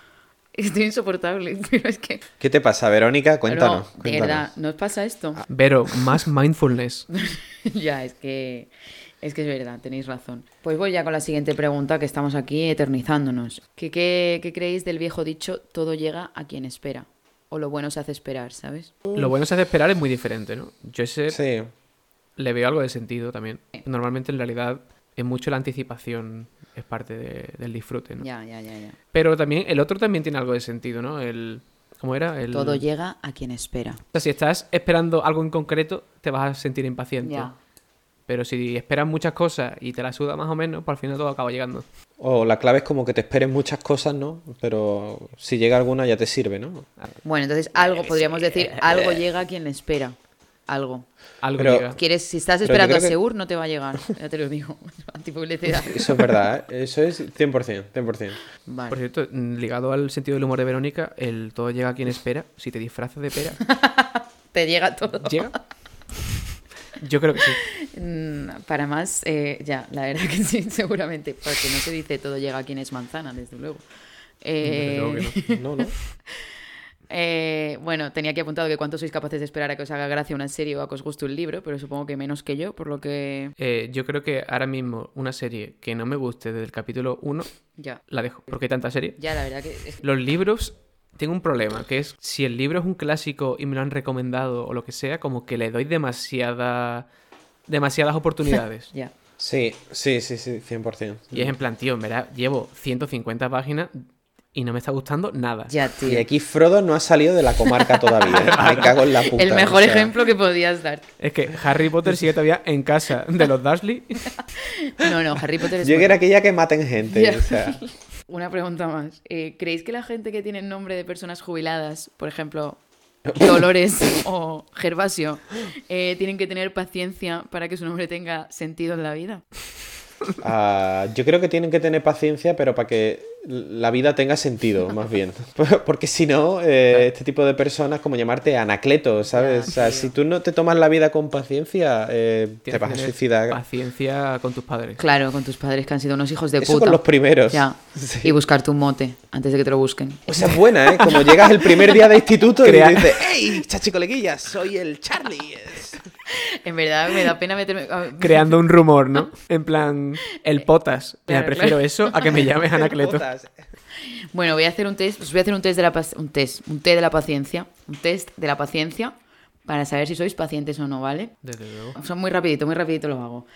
[SPEAKER 2] Estoy insoportable, pero es que...
[SPEAKER 3] ¿Qué te pasa, Verónica? Cuéntanos.
[SPEAKER 2] No, de
[SPEAKER 3] cuéntanos. Ah.
[SPEAKER 2] verdad, ¿nos pasa esto?
[SPEAKER 1] Pero más mindfulness.
[SPEAKER 2] ya, es que... Es que es verdad, tenéis razón. Pues voy ya con la siguiente pregunta, que estamos aquí eternizándonos. ¿Qué, qué, qué creéis del viejo dicho, todo llega a quien espera? O lo bueno se hace esperar, ¿sabes?
[SPEAKER 1] Lo bueno es hacer esperar es muy diferente, ¿no? Yo ese
[SPEAKER 3] Sí.
[SPEAKER 1] le veo algo de sentido también. Normalmente, en realidad, es mucho la anticipación, es parte de- del disfrute, ¿no?
[SPEAKER 2] Ya, ya, ya, ya.
[SPEAKER 1] Pero también, el otro también tiene algo de sentido, ¿no? El. ¿Cómo era? El-
[SPEAKER 2] Todo
[SPEAKER 1] O
[SPEAKER 2] llega a quien espera.
[SPEAKER 1] sea, si estás esperando algo en concreto, te vas a sentir impaciente.
[SPEAKER 2] Ya.
[SPEAKER 1] Pero si esperas muchas cosas y te las suda más o menos, pues al final todo acaba llegando.
[SPEAKER 3] O la clave es como que te esperen muchas cosas, ¿no? Pero si llega alguna ya te sirve, ¿no?
[SPEAKER 2] Bueno, entonces algo, podríamos decir,
[SPEAKER 3] eh,
[SPEAKER 2] algo llega a quien le espera. Algo.
[SPEAKER 1] Algo
[SPEAKER 3] Pero-
[SPEAKER 1] llega.
[SPEAKER 2] Quieres, si estás
[SPEAKER 3] Pero yo
[SPEAKER 2] esperando a
[SPEAKER 3] creo que-
[SPEAKER 2] Seur, no te va a llegar. Ya te lo digo. Antipublicidad.
[SPEAKER 3] Eso es verdad, ¿eh? eso es 100%, 100%.
[SPEAKER 2] Vale.
[SPEAKER 1] Por cierto, mm, ligado al sentido del humor de Verónica, el todo llega a quien espera. Si te disfrazas de pera,
[SPEAKER 2] Te llega todo.
[SPEAKER 1] ¿llega? Yo creo que sí.
[SPEAKER 2] Mm, Para más, eh, ya, la verdad que sí, seguramente. Porque no se dice todo llega a quien es manzana, desde luego. Eh,
[SPEAKER 1] Desde luego que
[SPEAKER 3] No,
[SPEAKER 1] no.
[SPEAKER 3] no.
[SPEAKER 2] eh, bueno, tenía aquí apuntado que cuánto sois capaces de esperar a que os haga gracia una serie o a que os guste un libro, pero supongo que menos que yo, por lo que
[SPEAKER 1] Eh, yo creo que ahora mismo una serie que no me guste desde el capítulo 1,
[SPEAKER 2] ya,
[SPEAKER 1] la dejo. Porque hay tanta serie.
[SPEAKER 2] ya la verdad que es que-
[SPEAKER 1] Los libros, tengo un problema, que es si el libro es un clásico y me lo han recomendado o lo que sea, como que le doy demasiada, demasiadas oportunidades.
[SPEAKER 2] ya.
[SPEAKER 3] Sí, sí, sí, sí, 100%.
[SPEAKER 1] y
[SPEAKER 2] Mm.
[SPEAKER 1] es en plan, tío, en verdad, llevo 150 páginas y no me está gustando nada.
[SPEAKER 2] Ya, tío.
[SPEAKER 3] Y aquí Frodo no ha salido de la comarca todavía. Me cago en la puta.
[SPEAKER 2] El mejor
[SPEAKER 3] o sea,
[SPEAKER 2] ejemplo que podías dar.
[SPEAKER 1] Es que Harry Potter sigue todavía en casa de los Dursley.
[SPEAKER 2] No, no, Harry Potter es
[SPEAKER 3] Yo
[SPEAKER 2] bueno.
[SPEAKER 3] quiero aquella que maten gente.
[SPEAKER 2] Ya.
[SPEAKER 3] O sea,
[SPEAKER 2] Una pregunta más. Eh, ¿Creéis que la gente que tiene nombre de personas jubiladas, por ejemplo, Dolores o Gervasio, eh, tienen que tener paciencia para que su nombre tenga sentido en la vida?
[SPEAKER 3] ah, yo creo que tienen que tener paciencia, pero para que la vida tenga sentido, más bien. Porque si no, eh, este tipo de personas, como llamarte Anacleto, ¿sabes?
[SPEAKER 2] Ya,
[SPEAKER 3] o sea,
[SPEAKER 2] tío.
[SPEAKER 3] si tú no te tomas la vida con paciencia, eh, te
[SPEAKER 1] Tienes
[SPEAKER 3] vas
[SPEAKER 1] que
[SPEAKER 3] a
[SPEAKER 1] tener
[SPEAKER 3] suicidar.
[SPEAKER 1] Paciencia con tus padres.
[SPEAKER 2] Claro, con tus padres que han sido unos hijos de
[SPEAKER 3] Eso
[SPEAKER 2] puta.
[SPEAKER 3] con los primeros.
[SPEAKER 2] Ya.
[SPEAKER 3] Sí.
[SPEAKER 2] Y buscarte un mote antes de que te lo busquen.
[SPEAKER 3] O sea, es buena, ¿eh? Como llegas el primer día de instituto y
[SPEAKER 1] Crea-
[SPEAKER 3] dices,
[SPEAKER 4] ¡Ey, chachicoleguilla! Soy el Charlie.
[SPEAKER 2] En verdad, me da pena meterme. ah,
[SPEAKER 1] Creando un rumor, ¿no? En plan, el potas. Mira,
[SPEAKER 2] Eh, claro,
[SPEAKER 1] prefiero
[SPEAKER 2] claro.
[SPEAKER 1] eso a que me llames Anacleto.
[SPEAKER 3] "Putas".
[SPEAKER 2] Bueno, voy a hacer un test. Os voy a hacer un test de la pac- un test, un test de la paciencia, un test de la paciencia para saber si sois pacientes o no, ¿vale?
[SPEAKER 1] Desde luego.
[SPEAKER 2] O sea, muy rapidito, muy rapidito lo hago.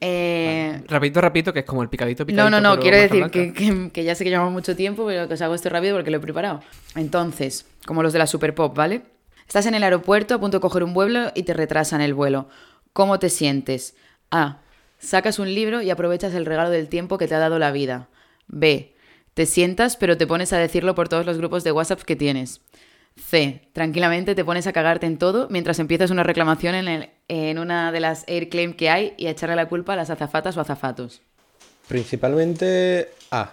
[SPEAKER 2] Eh,
[SPEAKER 1] Rapidito, rapidito, que es como el picadito, picadito.
[SPEAKER 2] No, no, no,
[SPEAKER 1] pero
[SPEAKER 2] quiero
[SPEAKER 1] marca
[SPEAKER 2] decir
[SPEAKER 1] blanca.
[SPEAKER 2] que, que- que ya sé que llevamos mucho tiempo, pero que os hago esto rápido porque lo he preparado. Entonces, como los de la Super Pop, ¿vale? Estás en el aeropuerto a punto de coger un vuelo y te retrasan el vuelo. ¿Cómo te sientes? A. Sacas un libro y aprovechas el regalo del tiempo que te ha dado la vida. B. Te sientas, pero te pones a decirlo por todos los grupos de WhatsApp que tienes. C. Tranquilamente te pones a cagarte en todo mientras empiezas una reclamación en el en una de las air claim que hay y a echarle la culpa a las azafatas o azafatos.
[SPEAKER 3] Principalmente A.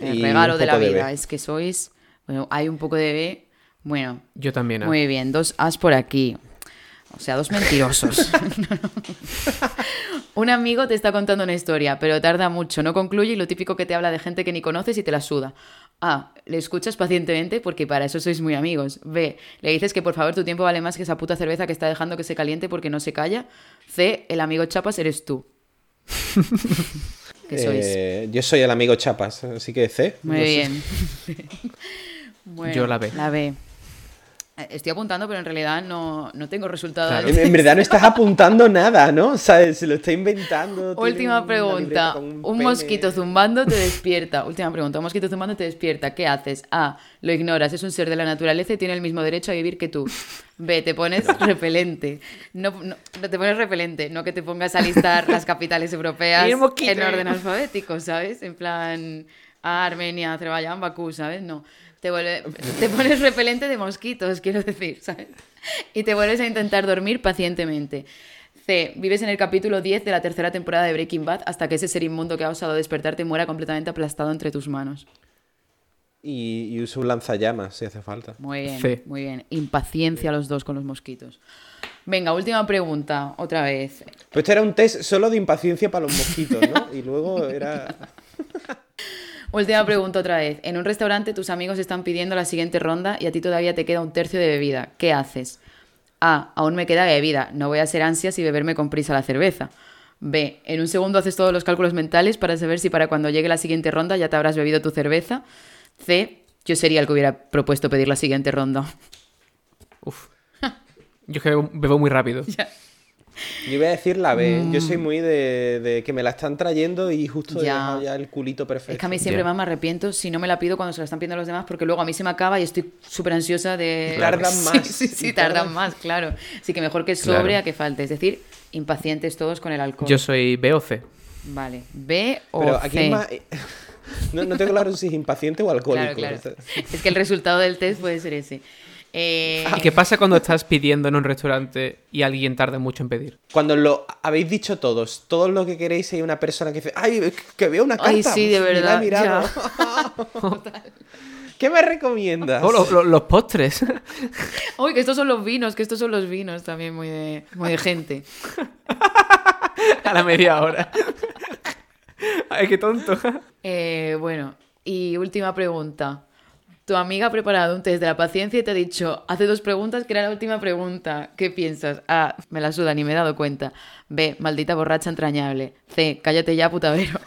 [SPEAKER 2] El
[SPEAKER 3] Y
[SPEAKER 2] regalo
[SPEAKER 3] un
[SPEAKER 2] de la
[SPEAKER 3] poco
[SPEAKER 2] vida.
[SPEAKER 3] B.
[SPEAKER 2] Es que sois. Bueno, hay un poco de B. Bueno,
[SPEAKER 1] Yo también. ah.
[SPEAKER 2] muy bien. Dos As por aquí. O sea, dos mentirosos. un amigo te está contando una historia, pero tarda mucho, no concluye y lo típico que te habla de gente que ni conoces y te la suda. A. Le escuchas pacientemente porque para eso sois muy amigos. B. Le dices que por favor tu tiempo vale más que esa puta cerveza que está dejando que se caliente porque no se calla. C. El amigo chapas eres tú. que sois.
[SPEAKER 3] Eh, yo soy el amigo Chapas, así que C.
[SPEAKER 2] Muy
[SPEAKER 3] No sé.
[SPEAKER 2] bien. Bueno,
[SPEAKER 1] Yo la B.
[SPEAKER 2] La B. Eh, Estoy apuntando, pero en realidad no, no tengo resultado.
[SPEAKER 1] Claro.
[SPEAKER 3] En, en verdad no estás apuntando nada, ¿no? O sea, se lo está inventando. tiene
[SPEAKER 2] Última
[SPEAKER 3] una
[SPEAKER 2] pregunta.
[SPEAKER 3] libreta con
[SPEAKER 2] Un,
[SPEAKER 3] pene.
[SPEAKER 2] mosquito zumbando te despierta. Última pregunta. Un mosquito zumbando te despierta. ¿Qué haces? A. Lo ignoras. Es un ser de la naturaleza y tiene el mismo derecho a vivir que tú. B. Te pones repelente. No, no, no te pones repelente. No que te pongas a listar las capitales europeas
[SPEAKER 1] Y el mosquito. eh.
[SPEAKER 2] en orden alfabético, ¿sabes? En plan. A, Armenia, Azerbaiyán, Bakú, ¿sabes? No. Te, vuelve- te pones repelente de mosquitos, quiero decir, ¿sabes? Y te vuelves a intentar dormir pacientemente. C. Vives en el capítulo 10 de la tercera temporada de Breaking Bad hasta que ese ser inmundo que ha osado despertarte muera completamente aplastado entre tus manos.
[SPEAKER 3] Y, y uso un lanzallamas si hace falta.
[SPEAKER 2] Muy bien,
[SPEAKER 1] C.
[SPEAKER 2] muy bien. Impaciencia los dos con los mosquitos. Venga, última pregunta, otra vez.
[SPEAKER 3] Pues este era un test solo de impaciencia para los mosquitos, ¿no? Y luego era.
[SPEAKER 2] Última pregunta otra vez. En un restaurante tus amigos están pidiendo la siguiente ronda y a ti todavía te queda un tercio de bebida. ¿Qué haces? A. Aún me queda bebida. No voy a ser ansias y beberme con prisa la cerveza. B. En un segundo haces todos los cálculos mentales para saber si para cuando llegue la siguiente ronda ya te habrás bebido tu cerveza. C. Yo sería el que hubiera propuesto pedir la siguiente ronda.
[SPEAKER 1] Uf. Yo es que bebo, bebo muy rápido.
[SPEAKER 3] Yo voy a decir la B. Yo soy muy de, de que me la están trayendo y justo he
[SPEAKER 2] Mm. Ya.
[SPEAKER 3] dejado ya el culito perfecto.
[SPEAKER 2] Es que a mí siempre
[SPEAKER 1] Ya.
[SPEAKER 2] más me arrepiento si no me la pido cuando se la están pidiendo los demás, porque luego a mí se me acaba y estoy súper ansiosa de.
[SPEAKER 3] Y tardan
[SPEAKER 2] Sí,
[SPEAKER 3] más.
[SPEAKER 2] Sí, sí,
[SPEAKER 3] Y
[SPEAKER 2] tardan,
[SPEAKER 3] tardan-
[SPEAKER 2] más, claro. Así que mejor que sobre
[SPEAKER 1] Claro.
[SPEAKER 2] a que falte. Es decir, impacientes todos con el alcohol.
[SPEAKER 1] Yo soy B o C.
[SPEAKER 2] Vale. B o
[SPEAKER 3] Pero
[SPEAKER 2] C.
[SPEAKER 3] aquí es más. eh, No, no tengo claro si es impaciente o alcohólico.
[SPEAKER 2] Claro, claro.
[SPEAKER 3] o sea.
[SPEAKER 2] Es que el resultado del test puede ser ese. Eh,
[SPEAKER 3] Ah.
[SPEAKER 1] ¿Y qué pasa cuando estás pidiendo en un restaurante y alguien tarda mucho en pedir?
[SPEAKER 3] Cuando lo habéis dicho todos, todo lo que queréis, hay una persona que dice, ¡ay, que veo una carta!
[SPEAKER 2] Ay, sí, de
[SPEAKER 3] ni la he
[SPEAKER 2] verdad,
[SPEAKER 3] mirado". ¿Qué me recomiendas?
[SPEAKER 1] Oh, lo- lo- los postres.
[SPEAKER 2] Uy, que estos son los vinos, que estos son los vinos también muy de, muy de gente.
[SPEAKER 1] a la media hora. Ay, qué tonto.
[SPEAKER 2] Eh, bueno, y última pregunta. Tu amiga ha preparado un test de la paciencia y te ha dicho, hace dos preguntas que era la última pregunta. ¿Qué piensas? A, me la suda, ni me he dado cuenta. B, maldita borracha entrañable. C, cállate ya, putavero.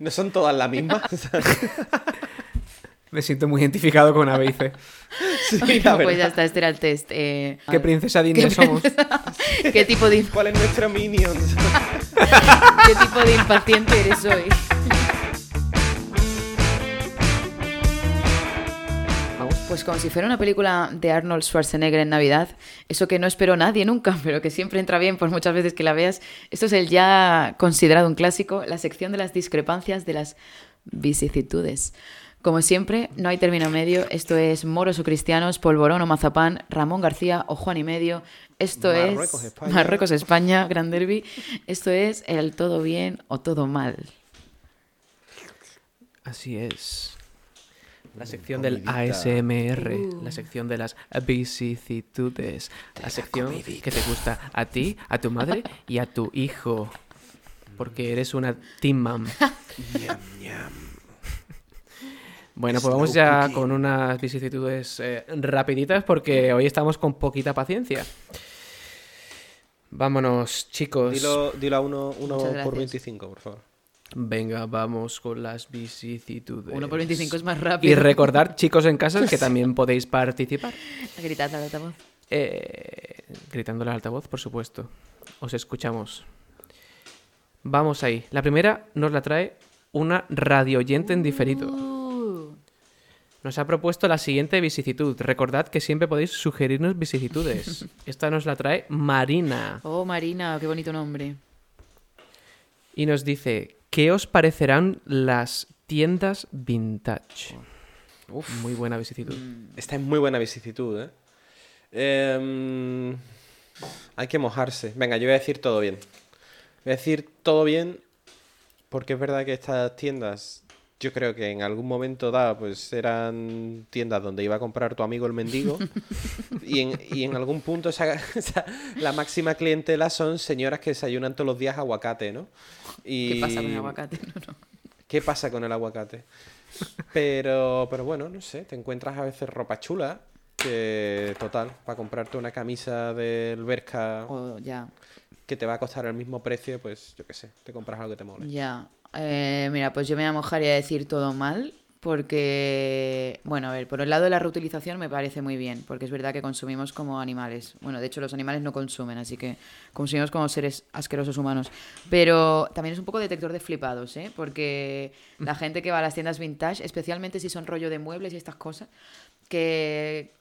[SPEAKER 3] No son todas las mismas. O sea,
[SPEAKER 1] Me siento muy identificado con A, B y C.
[SPEAKER 3] sí, la
[SPEAKER 2] Bueno, pues ya
[SPEAKER 3] verdad.
[SPEAKER 2] está, este era el test. Eh,
[SPEAKER 1] ¿Qué princesa Disney somos?
[SPEAKER 2] ¿Qué tipo de,
[SPEAKER 3] ¿Cuál es nuestro minion?
[SPEAKER 2] qué tipo de impaciente eres hoy? Pues como si fuera una película de Arnold Schwarzenegger en Navidad, eso que no esperó nadie nunca, pero que siempre entra bien por muchas veces que la veas. Esto es el ya considerado un clásico, la sección de las discrepancias, de las vicisitudes. Como siempre, no hay término medio. Esto es moros o cristianos, polvorón o mazapán, Ramón García o Juan y medio. Esto
[SPEAKER 3] Marruecos,
[SPEAKER 2] es
[SPEAKER 3] España.
[SPEAKER 2] Marruecos, España, Gran Derby. Esto es el todo bien o todo mal.
[SPEAKER 1] Así es. La sección del ASMR,
[SPEAKER 2] Uh.
[SPEAKER 1] la sección de las vicisitudes, la sección que te gusta a ti, a tu madre y a tu hijo. Porque eres una team mom. Bueno, pues vamos ya con unas vicisitudes eh, rapiditas porque hoy estamos con poquita paciencia. Vámonos, chicos.
[SPEAKER 3] Dilo, dilo a uno, uno
[SPEAKER 2] Pues Muchas
[SPEAKER 3] por
[SPEAKER 2] gracias.
[SPEAKER 3] 25, por favor.
[SPEAKER 1] Venga, vamos con las
[SPEAKER 3] Pues
[SPEAKER 1] vicisitudes.
[SPEAKER 2] Uno por 25 es más rápido.
[SPEAKER 1] Y recordar, chicos en casa, que también podéis participar.
[SPEAKER 2] Gritad al altavoz.
[SPEAKER 1] Eh, gritándole al altavoz, por supuesto. Os escuchamos. Vamos ahí. La primera nos la trae una radio oyente en diferido.
[SPEAKER 2] Uh.
[SPEAKER 1] Nos ha propuesto la siguiente vicisitud. Recordad que siempre podéis sugerirnos vicisitudes. Esta nos la trae Marina.
[SPEAKER 2] Oh, Marina, qué bonito nombre.
[SPEAKER 1] Y nos dice, ¿qué os parecerán las tiendas vintage?
[SPEAKER 2] Mm.
[SPEAKER 1] Muy buena vicisitud.
[SPEAKER 3] Esta es muy buena vicisitud, ¿eh? Em, Hay que mojarse. Venga, yo voy a decir todo bien. Voy a decir todo bien porque es verdad que estas tiendas, yo creo que en algún momento da, pues eran tiendas donde iba a comprar tu amigo el mendigo. y, en, y en algún punto esa- esa- la máxima clientela son señoras que desayunan todos los días aguacate, ¿no? Y,
[SPEAKER 2] ¿Qué pasa con el aguacate? No, no.
[SPEAKER 3] ¿Qué pasa con el aguacate? Pero, pero bueno, no sé, te encuentras a veces ropa chula, que total, para comprarte una camisa del Berca
[SPEAKER 2] O Oh, ya,
[SPEAKER 3] que te va a costar el mismo precio, pues yo qué sé, te compras algo que te mole.
[SPEAKER 2] ya. Eh, mira, pues yo me voy a mojar y a decir todo mal. Porque, bueno, a ver, por el lado de la reutilización me parece muy bien, porque es verdad que consumimos como animales. Bueno, de hecho los animales no consumen, así que consumimos como seres asquerosos humanos. Pero también es un poco detector de flipados, ¿eh? Porque la gente que va a las tiendas vintage, especialmente si son rollo de muebles y estas cosas, que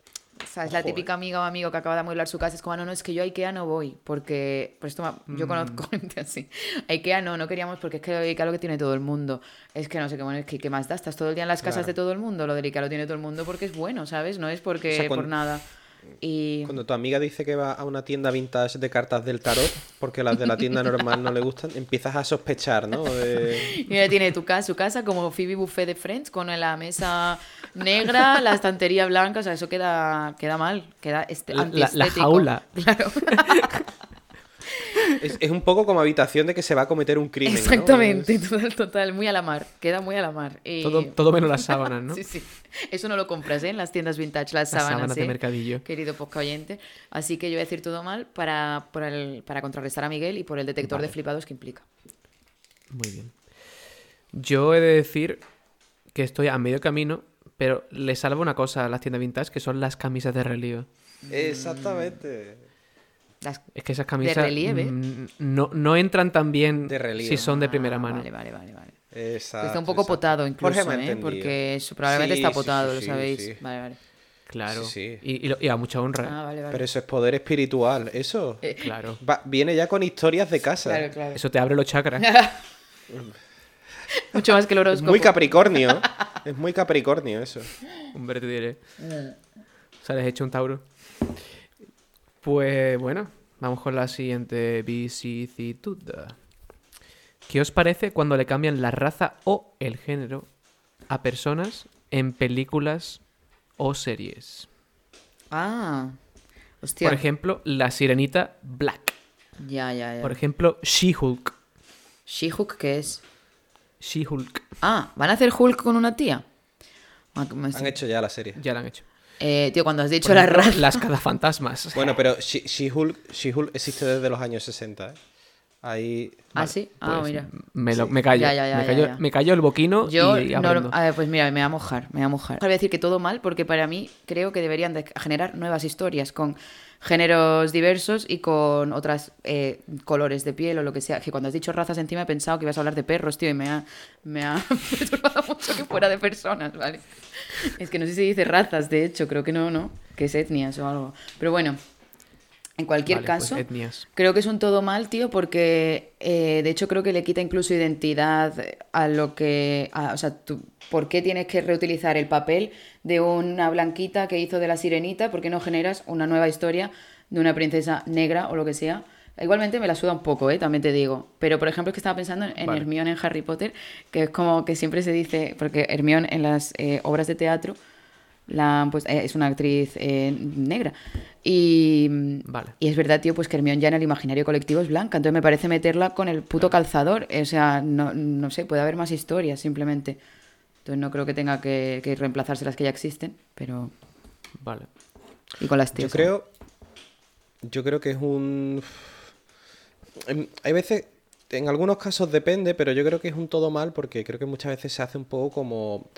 [SPEAKER 2] O sea, es la típica amiga o amigo que acaba de amueblar su casa. Es como, "Ah, no, no, es que yo a Ikea no voy. Porque, por esto me-
[SPEAKER 1] Mm.
[SPEAKER 2] yo conozco gente así. A Ikea no, no queríamos porque es que Ikea lo que tiene todo el mundo. Es que no sé qué, bueno, es que ¿qué más da? Estás todo el día en las casas
[SPEAKER 3] Claro.
[SPEAKER 2] de todo el mundo. Lo del Ikea lo tiene todo el mundo porque es bueno, ¿sabes? No es porque
[SPEAKER 3] O sea, cuando-
[SPEAKER 2] por nada. Y
[SPEAKER 3] Cuando tu amiga dice que va a una tienda vintage de cartas del tarot, porque las de la tienda normal no le gustan, empiezas a sospechar, ¿no? De-
[SPEAKER 2] y ella tiene tu casa, su casa como Phoebe Buffet de Friends con la mesa negra, la estantería blanca. O sea, eso queda, queda mal. Queda este,
[SPEAKER 1] La- la- la
[SPEAKER 2] antiestético.
[SPEAKER 1] jaula.
[SPEAKER 2] Claro.
[SPEAKER 3] Es, es un poco como habitación de que se va a cometer un crimen. ¿no?
[SPEAKER 2] Exactamente,
[SPEAKER 3] Es-
[SPEAKER 2] total, total, muy a la mar, queda muy a la mar. Y-
[SPEAKER 1] Todo, todo menos las sábanas, ¿no?
[SPEAKER 2] Sí, sí. Eso no lo compras ¿eh? en las tiendas vintage, las
[SPEAKER 1] Las
[SPEAKER 2] sábanas,
[SPEAKER 1] sábanas de
[SPEAKER 2] ¿eh?
[SPEAKER 1] mercadillo.
[SPEAKER 2] Querido posca oyente. Así que yo voy a decir todo mal para, por el- para contrarrestar a Miguel y por el detector de flipados que implica.
[SPEAKER 1] Muy bien. Yo he de decir que estoy a medio camino, pero le salvo una cosa a las tiendas vintage, que son las camisas de relieve.
[SPEAKER 3] Exactamente.
[SPEAKER 2] Las-
[SPEAKER 1] Es que esas camisas
[SPEAKER 2] relieve?
[SPEAKER 1] mm, no, no entran tan bien
[SPEAKER 3] De relieve.
[SPEAKER 1] si son de primera
[SPEAKER 2] Ah,
[SPEAKER 1] mano.
[SPEAKER 2] Vale, vale, vale. vale.
[SPEAKER 3] Exacto,
[SPEAKER 2] está un poco
[SPEAKER 3] Ah, exacto.
[SPEAKER 2] potado incluso,
[SPEAKER 3] Jorge me ha
[SPEAKER 2] ¿eh?
[SPEAKER 3] entendido.
[SPEAKER 2] porque eso probablemente
[SPEAKER 3] Sí,
[SPEAKER 2] está
[SPEAKER 3] sí, sí,
[SPEAKER 2] potado,
[SPEAKER 3] sí,
[SPEAKER 2] lo sabéis.
[SPEAKER 3] sí.
[SPEAKER 2] Vale, vale.
[SPEAKER 1] Claro.
[SPEAKER 3] Sí, sí.
[SPEAKER 1] Y, y lo- y a mucha honra.
[SPEAKER 2] Ah, vale, vale.
[SPEAKER 3] Pero eso es poder espiritual, eso.
[SPEAKER 1] Claro.
[SPEAKER 3] Va- viene ya con historias de casa.
[SPEAKER 2] Claro, claro.
[SPEAKER 1] Eso te abre los chakras.
[SPEAKER 2] Mucho más que el
[SPEAKER 3] Es
[SPEAKER 2] horóscopo.
[SPEAKER 3] muy Capricornio. es muy Capricornio eso.
[SPEAKER 1] Hombre, te diré. O sea, les he hecho un Tauro. Pues bueno, vamos con la siguiente vicisitud. ¿Qué os parece cuando le cambian la raza o el género a personas en películas o series?
[SPEAKER 2] Ah, hostia.
[SPEAKER 1] Por ejemplo, la sirenita Black.
[SPEAKER 2] Ya, ya, ya.
[SPEAKER 1] Por ejemplo, She-Hulk.
[SPEAKER 2] She-Hulk, ¿qué es?
[SPEAKER 1] She-Hulk.
[SPEAKER 2] Ah, ¿van a hacer Hulk con una tía? Ah, que me-
[SPEAKER 3] Han hecho ya la serie.
[SPEAKER 1] Ya la han hecho.
[SPEAKER 2] Eh, tío, cuando has dicho
[SPEAKER 1] Por
[SPEAKER 2] la
[SPEAKER 1] ejemplo,
[SPEAKER 2] raza.
[SPEAKER 1] Las cazafantasmas.
[SPEAKER 3] Bueno, pero She- She-Hulk She-Hulk existe desde los años 60. ¿eh? Ahí.
[SPEAKER 2] Ah, sí. Ah,
[SPEAKER 1] Pues,
[SPEAKER 2] mira.
[SPEAKER 1] Me, lo- me callo.
[SPEAKER 2] Ya, ya, ya,
[SPEAKER 1] me,
[SPEAKER 2] ya,
[SPEAKER 1] callo
[SPEAKER 2] ya.
[SPEAKER 1] me callo el boquino
[SPEAKER 2] Yo,
[SPEAKER 1] y
[SPEAKER 2] no,
[SPEAKER 1] aprendo.
[SPEAKER 2] a ver, pues mira, me voy a mojar, me voy a mojar. Voy a decir que todo mal porque para mí creo que deberían de generar nuevas historias con géneros diversos y con otras eh, colores de piel o lo que sea. Que cuando has dicho razas encima he pensado que ibas a hablar de perros, tío, y me ha, me ha perturbado mucho que fuera de personas, ¿vale? Es que no sé si dice razas, de hecho, creo que no, ¿no? Que es etnias o algo. Pero bueno, en cualquier
[SPEAKER 1] Vale, pues,
[SPEAKER 2] caso...
[SPEAKER 1] etnias.
[SPEAKER 2] Creo que es un todo mal, tío, porque eh, de hecho creo que le quita incluso identidad a lo que... a- o sea, tú, ¿por qué tienes que reutilizar el papel de una blanquita que hizo de la sirenita? ¿Por qué no generas una nueva historia de una princesa negra o lo que sea? Igualmente me la suda un poco, ¿eh? también te digo. Pero, por ejemplo, es que estaba pensando en
[SPEAKER 1] Vale.
[SPEAKER 2] Hermione en Harry Potter, que es como que siempre se dice, porque Hermione en las eh, obras de teatro la han puesto- eh, es una actriz eh, negra. Y,
[SPEAKER 1] Vale.
[SPEAKER 2] y es verdad, tío, pues que Hermione ya en el imaginario colectivo es blanca. Entonces me parece meterla con el puto calzador. eh, O sea, no, no sé, puede haber más historias simplemente. Entonces no creo que tenga que, que reemplazarse las que ya existen, pero.
[SPEAKER 1] Vale.
[SPEAKER 2] Y con las tías.
[SPEAKER 3] Yo creo. Yo creo que es un. em, Hay veces. En algunos casos depende, pero yo creo que es un todo mal porque creo que muchas veces se hace un poco como.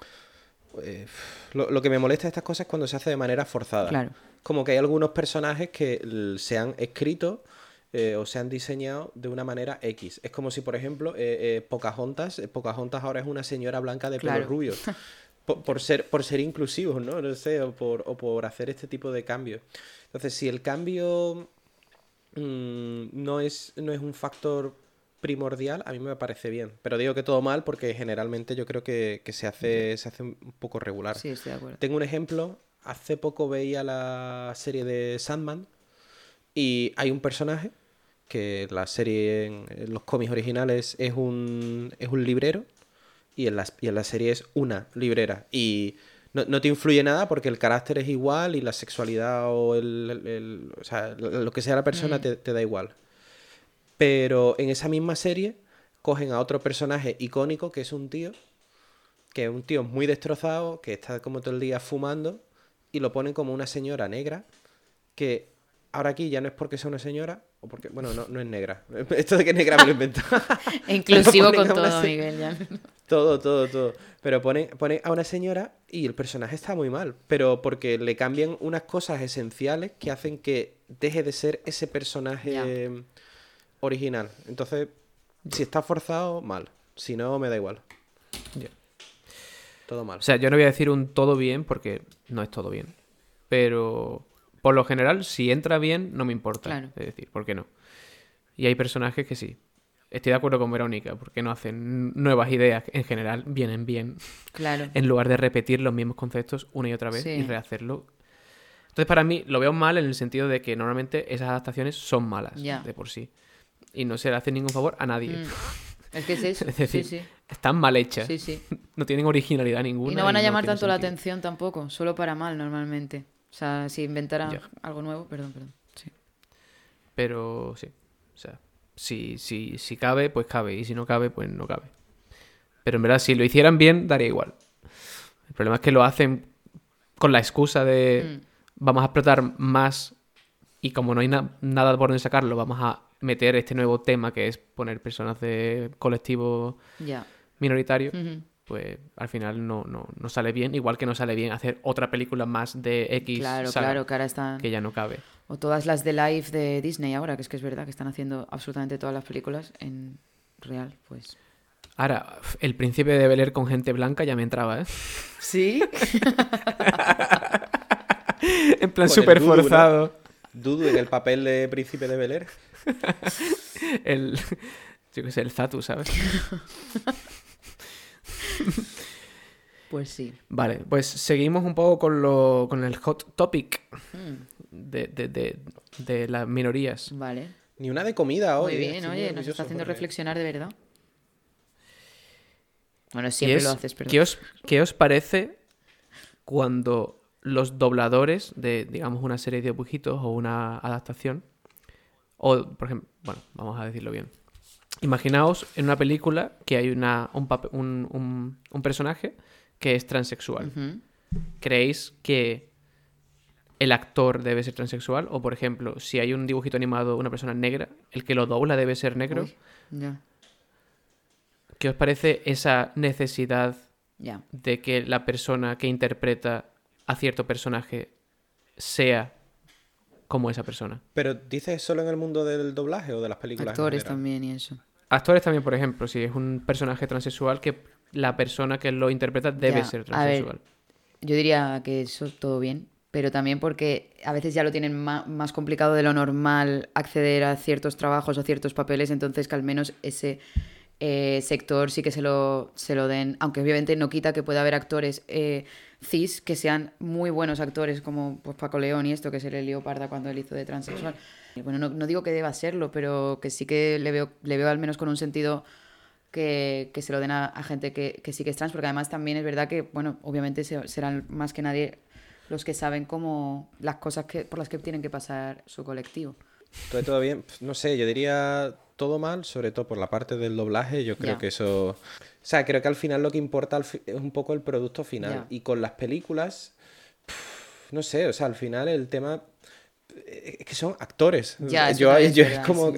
[SPEAKER 3] eh, lo, lo que me molesta de estas cosas es cuando se hace de manera forzada.
[SPEAKER 2] Claro.
[SPEAKER 3] Como que hay algunos personajes que l- se han escrito eh, o se han diseñado de una manera X. Es como si, por ejemplo, eh, eh, Pocahontas, eh, Pocahontas ahora es una señora blanca de pelo
[SPEAKER 2] Claro.
[SPEAKER 3] rubio. Por, por ser, por ser inclusivos, ¿no? No sé, o por, o por hacer este tipo de cambios. Entonces, si el cambio mm, no, es, no es un factor primordial, a mí me parece bien. Pero digo que todo mal porque generalmente yo creo que, que se, hace, se hace un poco regular.
[SPEAKER 2] Sí, estoy de acuerdo.
[SPEAKER 3] Tengo un ejemplo. Hace poco veía la serie de Sandman Y hay un personaje que la serie, en, en los cómics originales, es un, es un librero y en, la, y en la serie es una librera. Y no, no te influye nada porque el carácter es igual y la sexualidad o, el, el- el- o sea, lo que sea la persona te- te da igual. Pero en esa misma serie cogen a otro personaje icónico que es un tío, que es un tío muy destrozado, que está como todo el día fumando, y lo ponen como una señora negra, que ahora aquí ya no es porque sea una señora, o porque, bueno, no, no es negra. Esto de que es negra me lo invento.
[SPEAKER 2] Inclusivo
[SPEAKER 3] Lo
[SPEAKER 2] con
[SPEAKER 3] ponen a una
[SPEAKER 2] todo,
[SPEAKER 3] se-
[SPEAKER 2] Miguel. ya.
[SPEAKER 3] Todo, todo, todo. Pero ponen, ponen a una señora y el personaje está muy mal, pero porque le cambian unas cosas esenciales que hacen que deje de ser ese personaje
[SPEAKER 2] Ya.
[SPEAKER 3] eh, original. Entonces, si está forzado, mal. Si no, me da igual.
[SPEAKER 1] Ya.
[SPEAKER 3] Todo mal.
[SPEAKER 1] O sea, yo no voy a decir un todo bien porque no es todo bien. Pero por lo general, si entra bien, no me importa.
[SPEAKER 2] Claro.
[SPEAKER 1] Es decir, ¿por qué no? Y hay personajes que sí. Estoy de acuerdo con Verónica, porque no hacen nuevas ideas en general, vienen bien.
[SPEAKER 2] Claro.
[SPEAKER 1] En lugar de repetir los mismos conceptos una y otra vez
[SPEAKER 2] Sí.
[SPEAKER 1] y rehacerlo. Entonces, para mí, lo veo mal en el sentido de que normalmente esas adaptaciones son malas
[SPEAKER 2] Ya.
[SPEAKER 1] de por sí. Y no se le hace ningún favor a nadie.
[SPEAKER 2] Mm. Es que es eso.
[SPEAKER 1] Es decir,
[SPEAKER 2] sí,
[SPEAKER 1] Están mal
[SPEAKER 2] sí.
[SPEAKER 1] hechas.
[SPEAKER 2] Sí, sí.
[SPEAKER 1] No tienen originalidad ninguna.
[SPEAKER 2] Y no van a llamar
[SPEAKER 1] tiene
[SPEAKER 2] tanto la
[SPEAKER 1] sentido.
[SPEAKER 2] atención tampoco, solo para mal normalmente. O sea, si inventaran
[SPEAKER 1] Ya.
[SPEAKER 2] algo nuevo, perdón, perdón. Sí.
[SPEAKER 1] Pero sí. O sea, si, si, si cabe, pues cabe. Y si no cabe, pues no cabe. Pero en verdad, si lo hicieran bien, daría igual. El problema es que lo hacen con la excusa de
[SPEAKER 2] Mm.
[SPEAKER 1] vamos a explotar más y como no hay na- nada por donde sacarlo, vamos a meter este nuevo tema que es poner personas de colectivo
[SPEAKER 2] Mm, Ya.
[SPEAKER 1] minoritario,
[SPEAKER 2] Ujú.
[SPEAKER 1] pues al final no, no, no sale bien, igual que no sale bien hacer otra película más de X
[SPEAKER 2] Claro,
[SPEAKER 1] saga,
[SPEAKER 2] claro, que ahora están.
[SPEAKER 1] que ya no cabe.
[SPEAKER 2] O todas las de live de Disney ahora, que es que es verdad que están haciendo absolutamente todas las películas en real, pues.
[SPEAKER 1] Ahora, el príncipe de Bel Air con gente blanca ya me entraba, ¿eh?
[SPEAKER 2] Sí.
[SPEAKER 1] En plan
[SPEAKER 3] Con el
[SPEAKER 1] súper
[SPEAKER 3] Dudu, ¿no?
[SPEAKER 1] forzado.
[SPEAKER 3] Dudu en el papel de príncipe de Bel Air.
[SPEAKER 1] ¿eh? El. Yo qué sé, el Zatu, ¿sabes?
[SPEAKER 2] Pues sí.
[SPEAKER 1] Vale, pues seguimos un poco con, lo, con el hot topic
[SPEAKER 2] Mm,
[SPEAKER 1] de, de- de- de las minorías.
[SPEAKER 2] Vale.
[SPEAKER 3] Ni una de comida
[SPEAKER 2] Muy
[SPEAKER 3] hoy. eh.
[SPEAKER 2] bien,
[SPEAKER 3] Estoy muy
[SPEAKER 2] oye, nos
[SPEAKER 3] orgulloso,
[SPEAKER 2] está haciendo
[SPEAKER 3] Jorge.
[SPEAKER 2] reflexionar de verdad. Bueno,
[SPEAKER 1] Y
[SPEAKER 2] siempre
[SPEAKER 1] es,
[SPEAKER 2] lo haces, perdón.
[SPEAKER 1] ¿qué os, qué os parece cuando los dobladores de, digamos, una serie de dibujitos o una adaptación, o, por ejemplo, bueno, vamos a decirlo bien. Imaginaos en una película que hay una, un, pape- un- un- un personaje que es transexual.
[SPEAKER 2] Ujú.
[SPEAKER 1] ¿Creéis que el actor debe ser transexual? O, por ejemplo, si hay un dibujito animado, una persona negra, el que lo dobla debe ser negro.
[SPEAKER 2] Uy, ya,
[SPEAKER 1] ¿Qué os parece esa necesidad
[SPEAKER 2] ya.
[SPEAKER 1] de que la persona que interpreta a cierto personaje sea como esa persona?
[SPEAKER 3] Pero dices solo en el mundo del doblaje o de las películas. en
[SPEAKER 2] Actores
[SPEAKER 3] general?
[SPEAKER 2] también y eso.
[SPEAKER 1] Actores también, por ejemplo, si es un personaje transexual, que la persona que lo interpreta debe
[SPEAKER 2] Ya,
[SPEAKER 1] ser
[SPEAKER 2] a ver.
[SPEAKER 1] transexual.
[SPEAKER 2] Yo diría que eso todo bien, pero también porque a veces ya lo tienen ma- más complicado de lo normal acceder a ciertos trabajos o ciertos papeles, entonces que al menos ese eh, sector sí que se lo, se lo den, aunque obviamente no quita que pueda haber actores eh, cis que sean muy buenos actores, como pues, Paco León y esto que se le lió parda cuando él hizo de transexual. Y Bueno, no, no digo que deba serlo, pero que sí que le veo, le veo al menos con un sentido que, que se lo den a, a gente que, que sí que es trans, porque además también es verdad que, bueno, obviamente se- serán más que nadie los que saben cómo las cosas que, por las que tienen que pasar su colectivo.
[SPEAKER 3] Todo, todo bien. Pf, No sé, yo diría todo mal, sobre todo por la parte del doblaje. Yo creo
[SPEAKER 2] Ya.
[SPEAKER 3] que eso. O sea, creo que al final lo que importa al fi- es un poco el producto final.
[SPEAKER 2] Ya.
[SPEAKER 3] Y con las películas, pf, no sé, o sea, al final el tema. eh, Es que son actores.
[SPEAKER 2] Ya, eso
[SPEAKER 3] yo,
[SPEAKER 2] también es
[SPEAKER 3] yo-
[SPEAKER 2] verdad,
[SPEAKER 3] es como.
[SPEAKER 2] sí.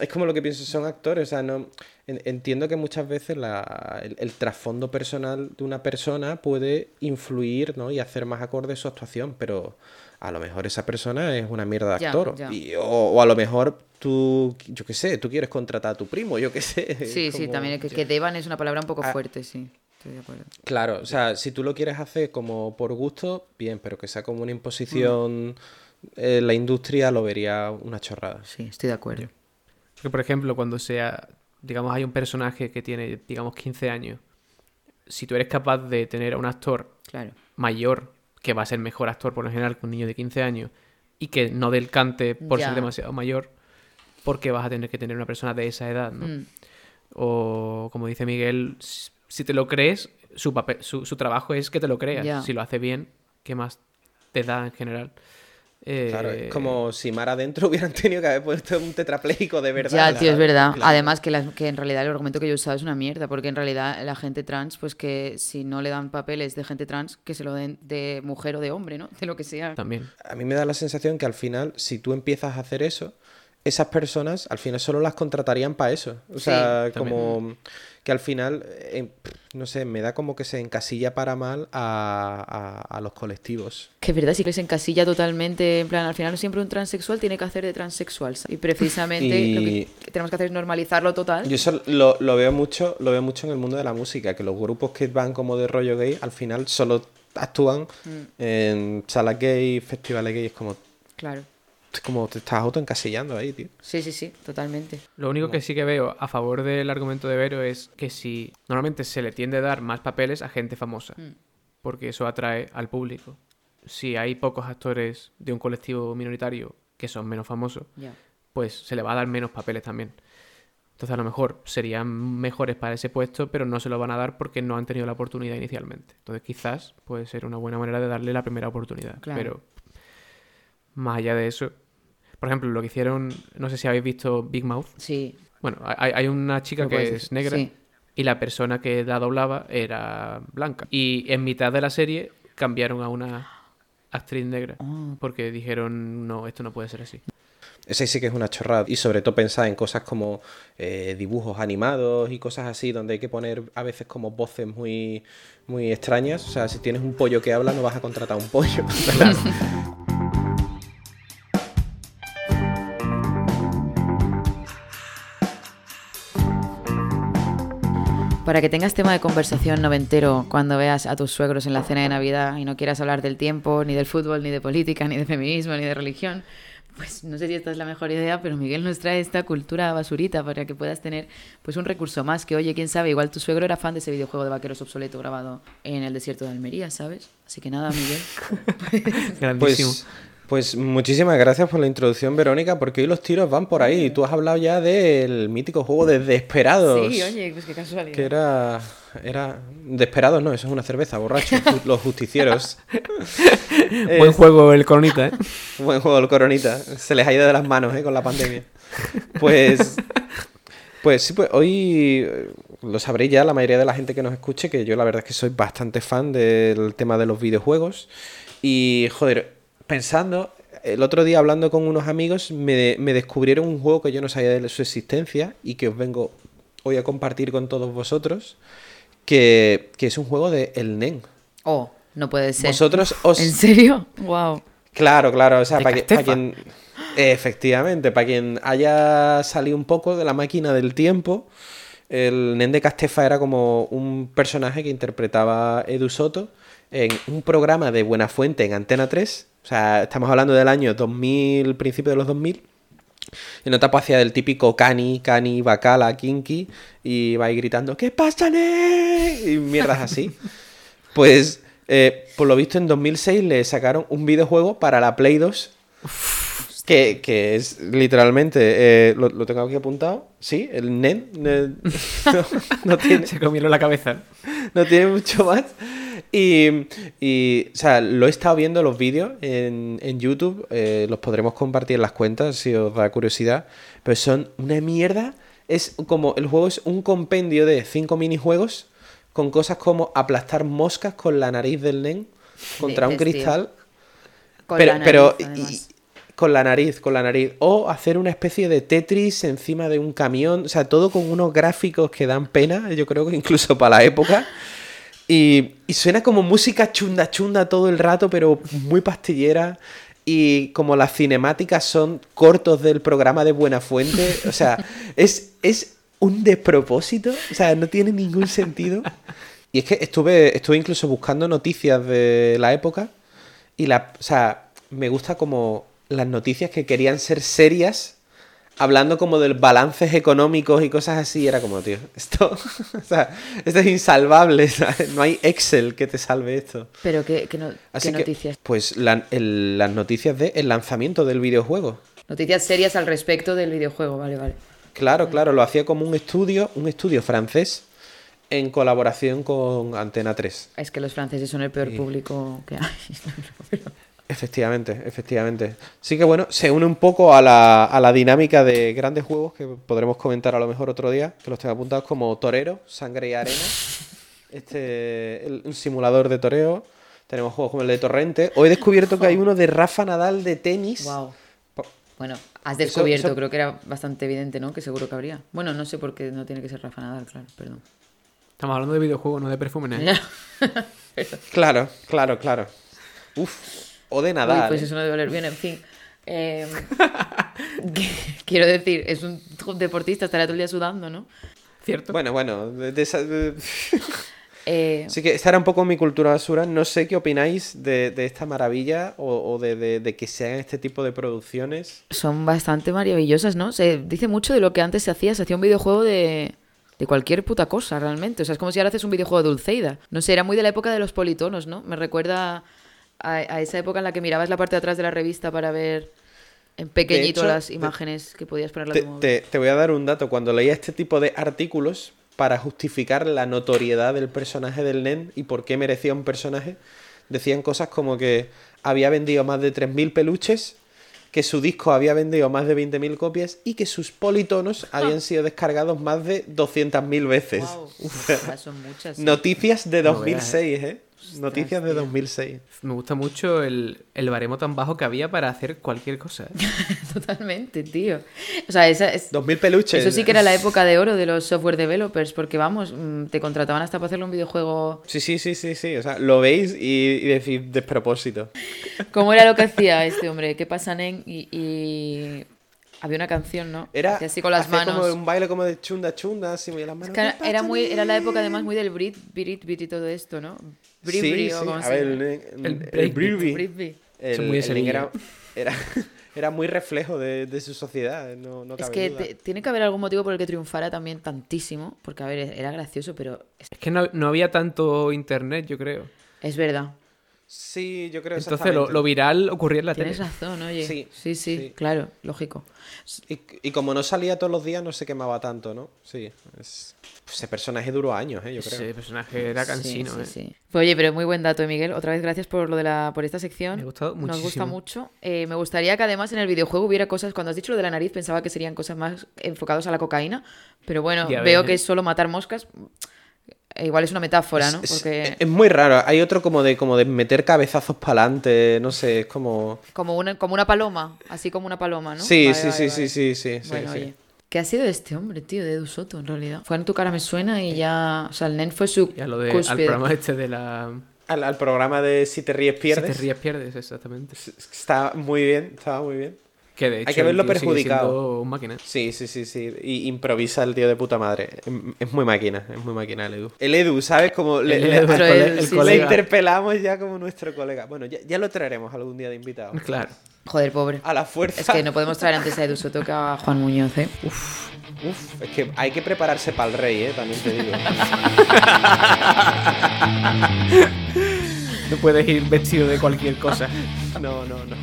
[SPEAKER 3] Es como lo que pienso, son actores. O sea, no. en- Entiendo que muchas veces la- el, el trasfondo personal de una persona puede influir, ¿no? Y hacer más acorde su actuación, pero a lo mejor esa persona es una mierda de
[SPEAKER 2] Ya,
[SPEAKER 3] actor.
[SPEAKER 2] ya.
[SPEAKER 3] Y- o, o a lo mejor tú, yo qué sé, tú quieres contratar a tu primo, yo qué sé. es
[SPEAKER 2] Sí, sí,
[SPEAKER 3] como- Ah.
[SPEAKER 2] también que, que deban es una palabra un poco fuerte, sí. Estoy de acuerdo.
[SPEAKER 3] Claro, o sea, si tú lo quieres hacer como por gusto, bien, pero que sea como una imposición, eh, la industria lo vería una chorrada.
[SPEAKER 2] Sí, estoy de acuerdo.
[SPEAKER 1] Porque, por ejemplo, cuando sea, digamos, hay un personaje que tiene, digamos, 15 años, si tú eres capaz de tener a un actor
[SPEAKER 2] Claro.
[SPEAKER 1] mayor, que va a ser mejor actor por lo general que un niño de 15 años, y que no del cante por
[SPEAKER 2] Ya.
[SPEAKER 1] ser demasiado mayor, porque vas a tener que tener una persona de esa edad, ¿no?
[SPEAKER 2] Mm.
[SPEAKER 1] O como dice Miguel, s- si te lo crees, su, papel, su, su trabajo es que te lo creas.
[SPEAKER 2] Ya.
[SPEAKER 1] Si lo hace bien, ¿qué más te da en general? Eh,
[SPEAKER 3] Claro, es como si Mar adentro hubieran tenido que haber puesto un tetrapléjico de verdad.
[SPEAKER 2] Ya,
[SPEAKER 3] la-
[SPEAKER 2] tío, es verdad.
[SPEAKER 3] claro.
[SPEAKER 2] Además que, las- que en realidad el argumento que yo he usado es una mierda, porque en realidad la gente trans, pues que si no le dan papeles de gente trans, que se lo den de mujer o de hombre, ¿no? De lo que sea.
[SPEAKER 1] También.
[SPEAKER 3] A mí me da la sensación que al final, si tú empiezas a hacer eso, esas personas al final solo las contratarían para eso. O
[SPEAKER 2] Sí,
[SPEAKER 3] sea,
[SPEAKER 1] también.
[SPEAKER 3] como que al final, eh, pff, no sé, me da como que se encasilla para mal a, a- a los colectivos.
[SPEAKER 2] Que es verdad, sí que se encasilla totalmente. En plan, al final siempre un transexual tiene que hacer de transexual. ¿sabes? Y precisamente
[SPEAKER 3] Y-
[SPEAKER 2] lo que- que tenemos que hacer es normalizarlo total.
[SPEAKER 3] Yo eso lo, lo veo mucho, lo veo mucho en el mundo de la música, que los grupos que van como de rollo gay, al final solo actúan en salas gay, festivales gay, es como,
[SPEAKER 2] Claro.
[SPEAKER 3] es como te estás autoencasillando ahí, tío.
[SPEAKER 2] Sí, sí, sí, totalmente.
[SPEAKER 1] Lo único que sí que veo a favor del argumento de Vero es que si normalmente se le tiende a dar más papeles a gente famosa, porque eso atrae al público. Si hay pocos actores de un colectivo minoritario que son menos famosos,
[SPEAKER 2] Ya.
[SPEAKER 1] pues se le va a dar menos papeles también. Entonces a lo mejor serían mejores para ese puesto, pero no se lo van a dar porque no han tenido la oportunidad inicialmente. Entonces quizás puede ser una buena manera de darle la primera oportunidad.
[SPEAKER 2] Claro.
[SPEAKER 1] Pero más allá de eso, por ejemplo, lo que hicieron, no sé si habéis visto Big Mouth.
[SPEAKER 2] Sí.
[SPEAKER 1] Bueno, hay, hay una chica
[SPEAKER 2] Lo
[SPEAKER 1] que
[SPEAKER 2] puedes
[SPEAKER 1] es
[SPEAKER 2] decir,
[SPEAKER 1] negra
[SPEAKER 2] sí.
[SPEAKER 1] y la persona que la doblaba era blanca. Y en mitad de la serie cambiaron a una actriz negra
[SPEAKER 2] Ah.
[SPEAKER 1] porque dijeron, no, esto no puede ser así.
[SPEAKER 3] Ese sí que es una chorrada. Y sobre todo pensar en cosas como eh, dibujos animados y cosas así, donde hay que poner a veces como voces muy, muy extrañas. O sea, si tienes un pollo que habla, no vas a contratar un pollo.
[SPEAKER 2] Para que tengas tema de conversación noventero cuando veas a tus suegros en la cena de Navidad y no quieras hablar del tiempo, ni del fútbol, ni de política, ni de feminismo, ni de religión, pues no sé si esta es la mejor idea, pero Miguel nos trae esta cultura basurita para que puedas tener pues un recurso más que, oye, quién sabe, igual tu suegro era fan de ese videojuego de vaqueros obsoleto grabado en el desierto de Almería, ¿sabes? Así que nada, Miguel.
[SPEAKER 1] Grandísimo.
[SPEAKER 3] pues, pues muchísimas gracias por la introducción, Verónica, porque hoy los tiros van por ahí. Tú has hablado ya del mítico juego de Desperados.
[SPEAKER 2] sí, oye, pues qué casualidad.
[SPEAKER 3] Que era. Era. Desperados, no, eso es una cerveza, borracho. ju- Los justicieros. Eh,
[SPEAKER 1] Buen
[SPEAKER 2] eh,
[SPEAKER 3] Es-
[SPEAKER 1] juego el Coronita, ¿eh?
[SPEAKER 3] Buen juego el Coronita. Se les ha ido de las manos ¿eh? con la pandemia. Pues. Pues sí, pues hoy eh, lo sabréis ya la mayoría de la gente que nos escuche, que yo la verdad es que soy bastante fan del tema de los videojuegos. Y, joder, pensando, el otro día hablando con unos amigos, me, me descubrieron un juego que yo no sabía de su existencia y que os vengo hoy a compartir con todos vosotros, que, que es un juego de El Nen.
[SPEAKER 2] Oh, no puede ser.
[SPEAKER 3] Vosotros os...
[SPEAKER 2] ¿En serio? Wow.
[SPEAKER 3] Claro, claro, o sea,
[SPEAKER 1] De
[SPEAKER 3] para, que-
[SPEAKER 1] Castefa.
[SPEAKER 3] para quien... Efectivamente, para quien haya salido un poco de la máquina del tiempo, el Nen de Castefa era como un personaje que interpretaba Edu Soto en un programa de Buenafuente en Antena 3, o sea, estamos hablando del año 2000, principio de los 2000, en otra pues, hacía del típico cani, cani, bacala, kinky, y va ahí gritando, ¿qué pasa, Nen? Y mierdas así. Pues, eh, por lo visto, en 2006 le sacaron un videojuego para la Play 2. Que, que es literalmente. eh, lo, lo tengo aquí apuntado. Sí, el NEN. eh, no, no tiene,
[SPEAKER 1] Se comieron la cabeza.
[SPEAKER 3] no tiene mucho más. Y, y, o sea, lo he estado viendo los vídeos en, en YouTube. eh, los podremos compartir en las cuentas si os da curiosidad. Pero son una mierda. Es como. El juego es un compendio de cinco minijuegos con cosas como aplastar moscas con la nariz del nen contra un
[SPEAKER 2] Dices, tío.
[SPEAKER 3] cristal
[SPEAKER 2] Con
[SPEAKER 3] pero,
[SPEAKER 2] la nariz,
[SPEAKER 3] pero- y-
[SPEAKER 2] además.
[SPEAKER 3] y- con la nariz, con la nariz. O hacer una especie de Tetris encima de un camión. O sea, todo con unos gráficos que dan pena, yo creo que incluso para la época. Y, y suena como música chunda chunda todo el rato, pero muy pastillera. Y como las cinemáticas son cortos del programa de Buenafuente. O sea, es, es un despropósito. O sea, no tiene ningún sentido. Y es que estuve, estuve incluso buscando noticias de la época. Y la, o sea, me gusta como las noticias que querían ser serias hablando como de balances económicos y cosas así, era como, tío, esto, o sea, esto es insalvable, ¿sabes? no hay Excel que te salve esto.
[SPEAKER 2] Pero qué, qué no- qué
[SPEAKER 3] Así que,
[SPEAKER 2] noticias.
[SPEAKER 3] Pues la- el- las noticias del lanzamiento del videojuego.
[SPEAKER 2] Noticias serias al respecto del videojuego, vale, vale.
[SPEAKER 3] Claro,
[SPEAKER 2] Mm.
[SPEAKER 3] claro, lo hacía como un estudio, un estudio francés en colaboración con Antena 3.
[SPEAKER 2] Ah, Es que los franceses son el peor público que hay.
[SPEAKER 3] Efectivamente, efectivamente. Así que bueno, se une un poco a la, a la dinámica de grandes juegos que podremos comentar a lo mejor otro día, que los tengo apuntados como Torero, Sangre y Arena. Este, el- un simulador de toreo. Tenemos juegos como el de Torrente. Hoy he descubierto que hay uno de Rafa Nadal de tenis.
[SPEAKER 2] wow.
[SPEAKER 3] Po-
[SPEAKER 2] Bueno, has
[SPEAKER 3] Eso-
[SPEAKER 2] descubierto,
[SPEAKER 3] eso-
[SPEAKER 2] creo que era bastante evidente, ¿no? Que seguro que habría. Bueno, no sé por qué no tiene que ser Rafa Nadal, claro, perdón.
[SPEAKER 1] Estamos hablando de videojuegos, no de perfumes. ¿eh?
[SPEAKER 3] Claro, claro, claro. Uf, o de
[SPEAKER 2] Uy,
[SPEAKER 3] Nadal.
[SPEAKER 2] pues
[SPEAKER 3] ¿eh?
[SPEAKER 2] eso no debe oler bien, en fin. Eh, quiero decir, es un deportista, estará todo el día sudando, ¿no?
[SPEAKER 1] ¿Cierto?
[SPEAKER 3] Bueno, bueno, de- de esa- de-
[SPEAKER 2] Eh,
[SPEAKER 3] Así que esta era un poco mi cultura basura. No sé qué opináis de, de esta maravilla o, o de, de- de que se hagan este tipo de producciones.
[SPEAKER 2] Son bastante maravillosas, ¿no? Se dice mucho de lo que antes se hacía, se hacía un videojuego de, de cualquier puta cosa, realmente. O sea, es como si ahora haces un videojuego de Dulceida. No sé, era muy de la época de los politonos, ¿no? Me recuerda a, a esa época en la que mirabas la parte de atrás de la revista para ver en pequeñito
[SPEAKER 3] hecho,
[SPEAKER 2] las
[SPEAKER 3] te-
[SPEAKER 2] imágenes que podías ponerle a
[SPEAKER 3] Te,
[SPEAKER 2] tu móvil.
[SPEAKER 3] te- te voy a dar un dato. Cuando leía este tipo de artículos para justificar la notoriedad del personaje del NEN y por qué merecía un personaje, decían cosas como que había vendido más de 3.000 peluches, que su disco había vendido más de 20.000 copias y que sus politonos habían sido descargados más de 200.000 veces.
[SPEAKER 2] Ah. Guau, ya son muchas. ¿eh?
[SPEAKER 3] Noticias de
[SPEAKER 1] No veas,
[SPEAKER 3] 2006, ¿eh? Noticias de
[SPEAKER 2] tío.
[SPEAKER 3] 2006.
[SPEAKER 1] Me gusta mucho el, el baremo tan bajo que había para hacer cualquier cosa. ¿eh?
[SPEAKER 2] Totalmente, tío. O sea, esa es,
[SPEAKER 3] 2000 peluches.
[SPEAKER 2] Eso sí que era la época de oro de los software developers, porque vamos, mm, te contrataban hasta para hacerle un videojuego.
[SPEAKER 3] Sí, sí, sí, sí, sí. O sea, lo veis y, y decís despropósito.
[SPEAKER 2] ¿Cómo era lo que hacía este hombre? ¿Qué pasa, Nen? Y, y había una canción, ¿no?
[SPEAKER 3] Era
[SPEAKER 2] Hacía así con las
[SPEAKER 3] hacía
[SPEAKER 2] manos.
[SPEAKER 3] como un baile como de chunda chunda, así muy las
[SPEAKER 2] Es
[SPEAKER 3] manos.
[SPEAKER 2] que era, era muy, era la época además muy del Brit, Brit, Brit y todo esto, ¿no? Brit,
[SPEAKER 3] sí,
[SPEAKER 2] Brit, o
[SPEAKER 3] sí.
[SPEAKER 2] como
[SPEAKER 3] A
[SPEAKER 2] se
[SPEAKER 3] ver,
[SPEAKER 2] llama.
[SPEAKER 3] el,
[SPEAKER 1] El
[SPEAKER 3] el,
[SPEAKER 1] breakbeat.
[SPEAKER 3] Breakbeat.
[SPEAKER 2] Brit, Brit.
[SPEAKER 3] El-
[SPEAKER 1] Son muy de
[SPEAKER 3] el Link era,
[SPEAKER 1] Sevilla.
[SPEAKER 3] era, era muy reflejo de, de su sociedad. eh, No, no
[SPEAKER 2] Es
[SPEAKER 3] cabe
[SPEAKER 2] que
[SPEAKER 3] duda.
[SPEAKER 2] te- tiene que haber algún motivo por el que triunfara también tantísimo, porque a ver, era gracioso, pero es,
[SPEAKER 1] Es que no, no había tanto internet, yo creo.
[SPEAKER 2] es verdad.
[SPEAKER 3] Sí, yo creo
[SPEAKER 1] Entonces lo, lo
[SPEAKER 3] exactamente.
[SPEAKER 1] viral ocurría en la
[SPEAKER 2] Tienes
[SPEAKER 1] tele.
[SPEAKER 2] razón, oye.
[SPEAKER 3] Sí,
[SPEAKER 2] sí, sí,
[SPEAKER 3] sí.
[SPEAKER 2] claro, lógico.
[SPEAKER 3] Y, y como no salía todos los días, no se quemaba tanto, ¿no? Sí. Es... Ese personaje duró años, ¿eh? Yo creo.
[SPEAKER 1] Ese personaje era
[SPEAKER 2] Sí,
[SPEAKER 1] cansino,
[SPEAKER 2] sí,
[SPEAKER 1] ¿eh?
[SPEAKER 2] sí. Pues oye, pero muy buen dato, eh, Miguel. Otra vez gracias por lo de la, por esta sección.
[SPEAKER 1] Me ha gustado
[SPEAKER 2] Nos gusta
[SPEAKER 1] muchísimo.
[SPEAKER 2] mucho. Eh, me gustaría que además en el videojuego hubiera cosas. Cuando has dicho lo de la nariz, pensaba que serían cosas más enfocadas a la cocaína. Pero bueno,
[SPEAKER 1] Ya
[SPEAKER 2] veo
[SPEAKER 1] ves,
[SPEAKER 2] que
[SPEAKER 1] ¿eh?
[SPEAKER 2] es solo matar moscas. Eh, igual es una metáfora, ¿no?
[SPEAKER 3] Es- eh, es-
[SPEAKER 2] Porque
[SPEAKER 3] es, es muy raro. Hay otro como de como de meter cabezazos para adelante, no sé, es como
[SPEAKER 2] como una, como una paloma, así como una paloma, ¿no?
[SPEAKER 3] sí,
[SPEAKER 2] Vale,
[SPEAKER 3] sí,
[SPEAKER 2] vale,
[SPEAKER 3] sí,
[SPEAKER 2] vale.
[SPEAKER 3] sí, sí, sí, sí,
[SPEAKER 2] Bueno,
[SPEAKER 3] sí.
[SPEAKER 2] oye. ¿Qué ha sido de este hombre, tío, de Edu Soto, en realidad? Fue en tu cara me suena y ya... O sea, el Nen fue su
[SPEAKER 1] Ya lo de al
[SPEAKER 2] cúspide.
[SPEAKER 1] programa este de la.
[SPEAKER 3] Al, al programa de si te ríes pierdes.
[SPEAKER 1] Si te ríes, pierdes, exactamente.
[SPEAKER 3] Está muy bien, estaba muy bien.
[SPEAKER 1] Que de hecho.
[SPEAKER 3] que verlo
[SPEAKER 1] el tío sigue
[SPEAKER 3] perjudicado.
[SPEAKER 1] siendo un máquina.
[SPEAKER 3] Sí, sí, sí, sí. Y improvisa el tío de puta madre. Em- Es muy máquina, es muy máquina el Edu. El Edu, ¿sabes? Como le,
[SPEAKER 1] El
[SPEAKER 3] le-
[SPEAKER 1] Edu, el
[SPEAKER 3] le
[SPEAKER 2] cole-
[SPEAKER 1] el
[SPEAKER 2] colega.
[SPEAKER 3] interpelamos ya como nuestro colega. Bueno, ya, ya lo traeremos algún día de invitado.
[SPEAKER 1] Claro.
[SPEAKER 2] Joder, pobre.
[SPEAKER 3] A la fuerza.
[SPEAKER 2] Es que no podemos traer antes a Edu Soto que a Juan Muñoz, ¿eh?
[SPEAKER 3] Uf, es que hay que prepararse para el rey, ¿eh? También te digo.
[SPEAKER 1] No puedes ir vestido de cualquier cosa.
[SPEAKER 3] No, no, no.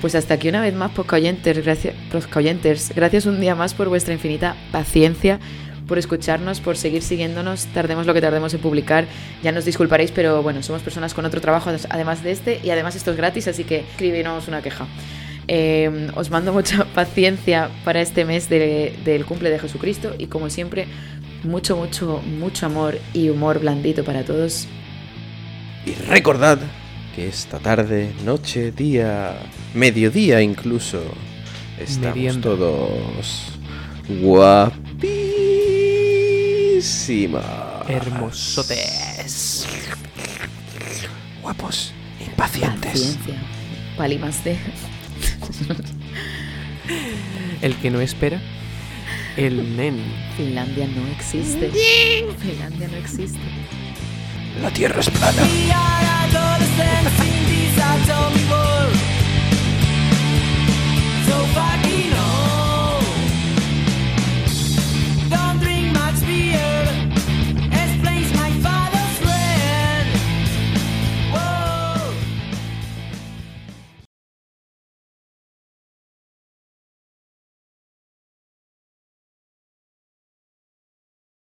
[SPEAKER 2] Pues hasta aquí una vez más, Poscaoyenters. Gracias, Poscaoyenters. Gracias un día más por vuestra infinita paciencia, por escucharnos, por seguir siguiéndonos. Tardemos lo que tardemos en publicar. Ya nos disculparéis, pero bueno, somos personas con otro trabajo además de este y además esto es gratis, así que escribinos una queja. Eh, os mando mucha paciencia para este mes de- del cumple de Jesucristo y como siempre, mucho, mucho, mucho amor y humor blandito para todos.
[SPEAKER 3] Y recordad que esta tarde, noche, día, mediodía incluso, estamos
[SPEAKER 1] Merienda.
[SPEAKER 3] todos guapísimas.
[SPEAKER 1] Hermosotes.
[SPEAKER 3] Guapos, impacientes.
[SPEAKER 2] Paciencia. Palimaste.
[SPEAKER 1] El que no espera. El nen.
[SPEAKER 2] Finlandia no existe. Finlandia no existe.
[SPEAKER 3] La tierra es plana.
[SPEAKER 6] We are adolescents in this atomic world.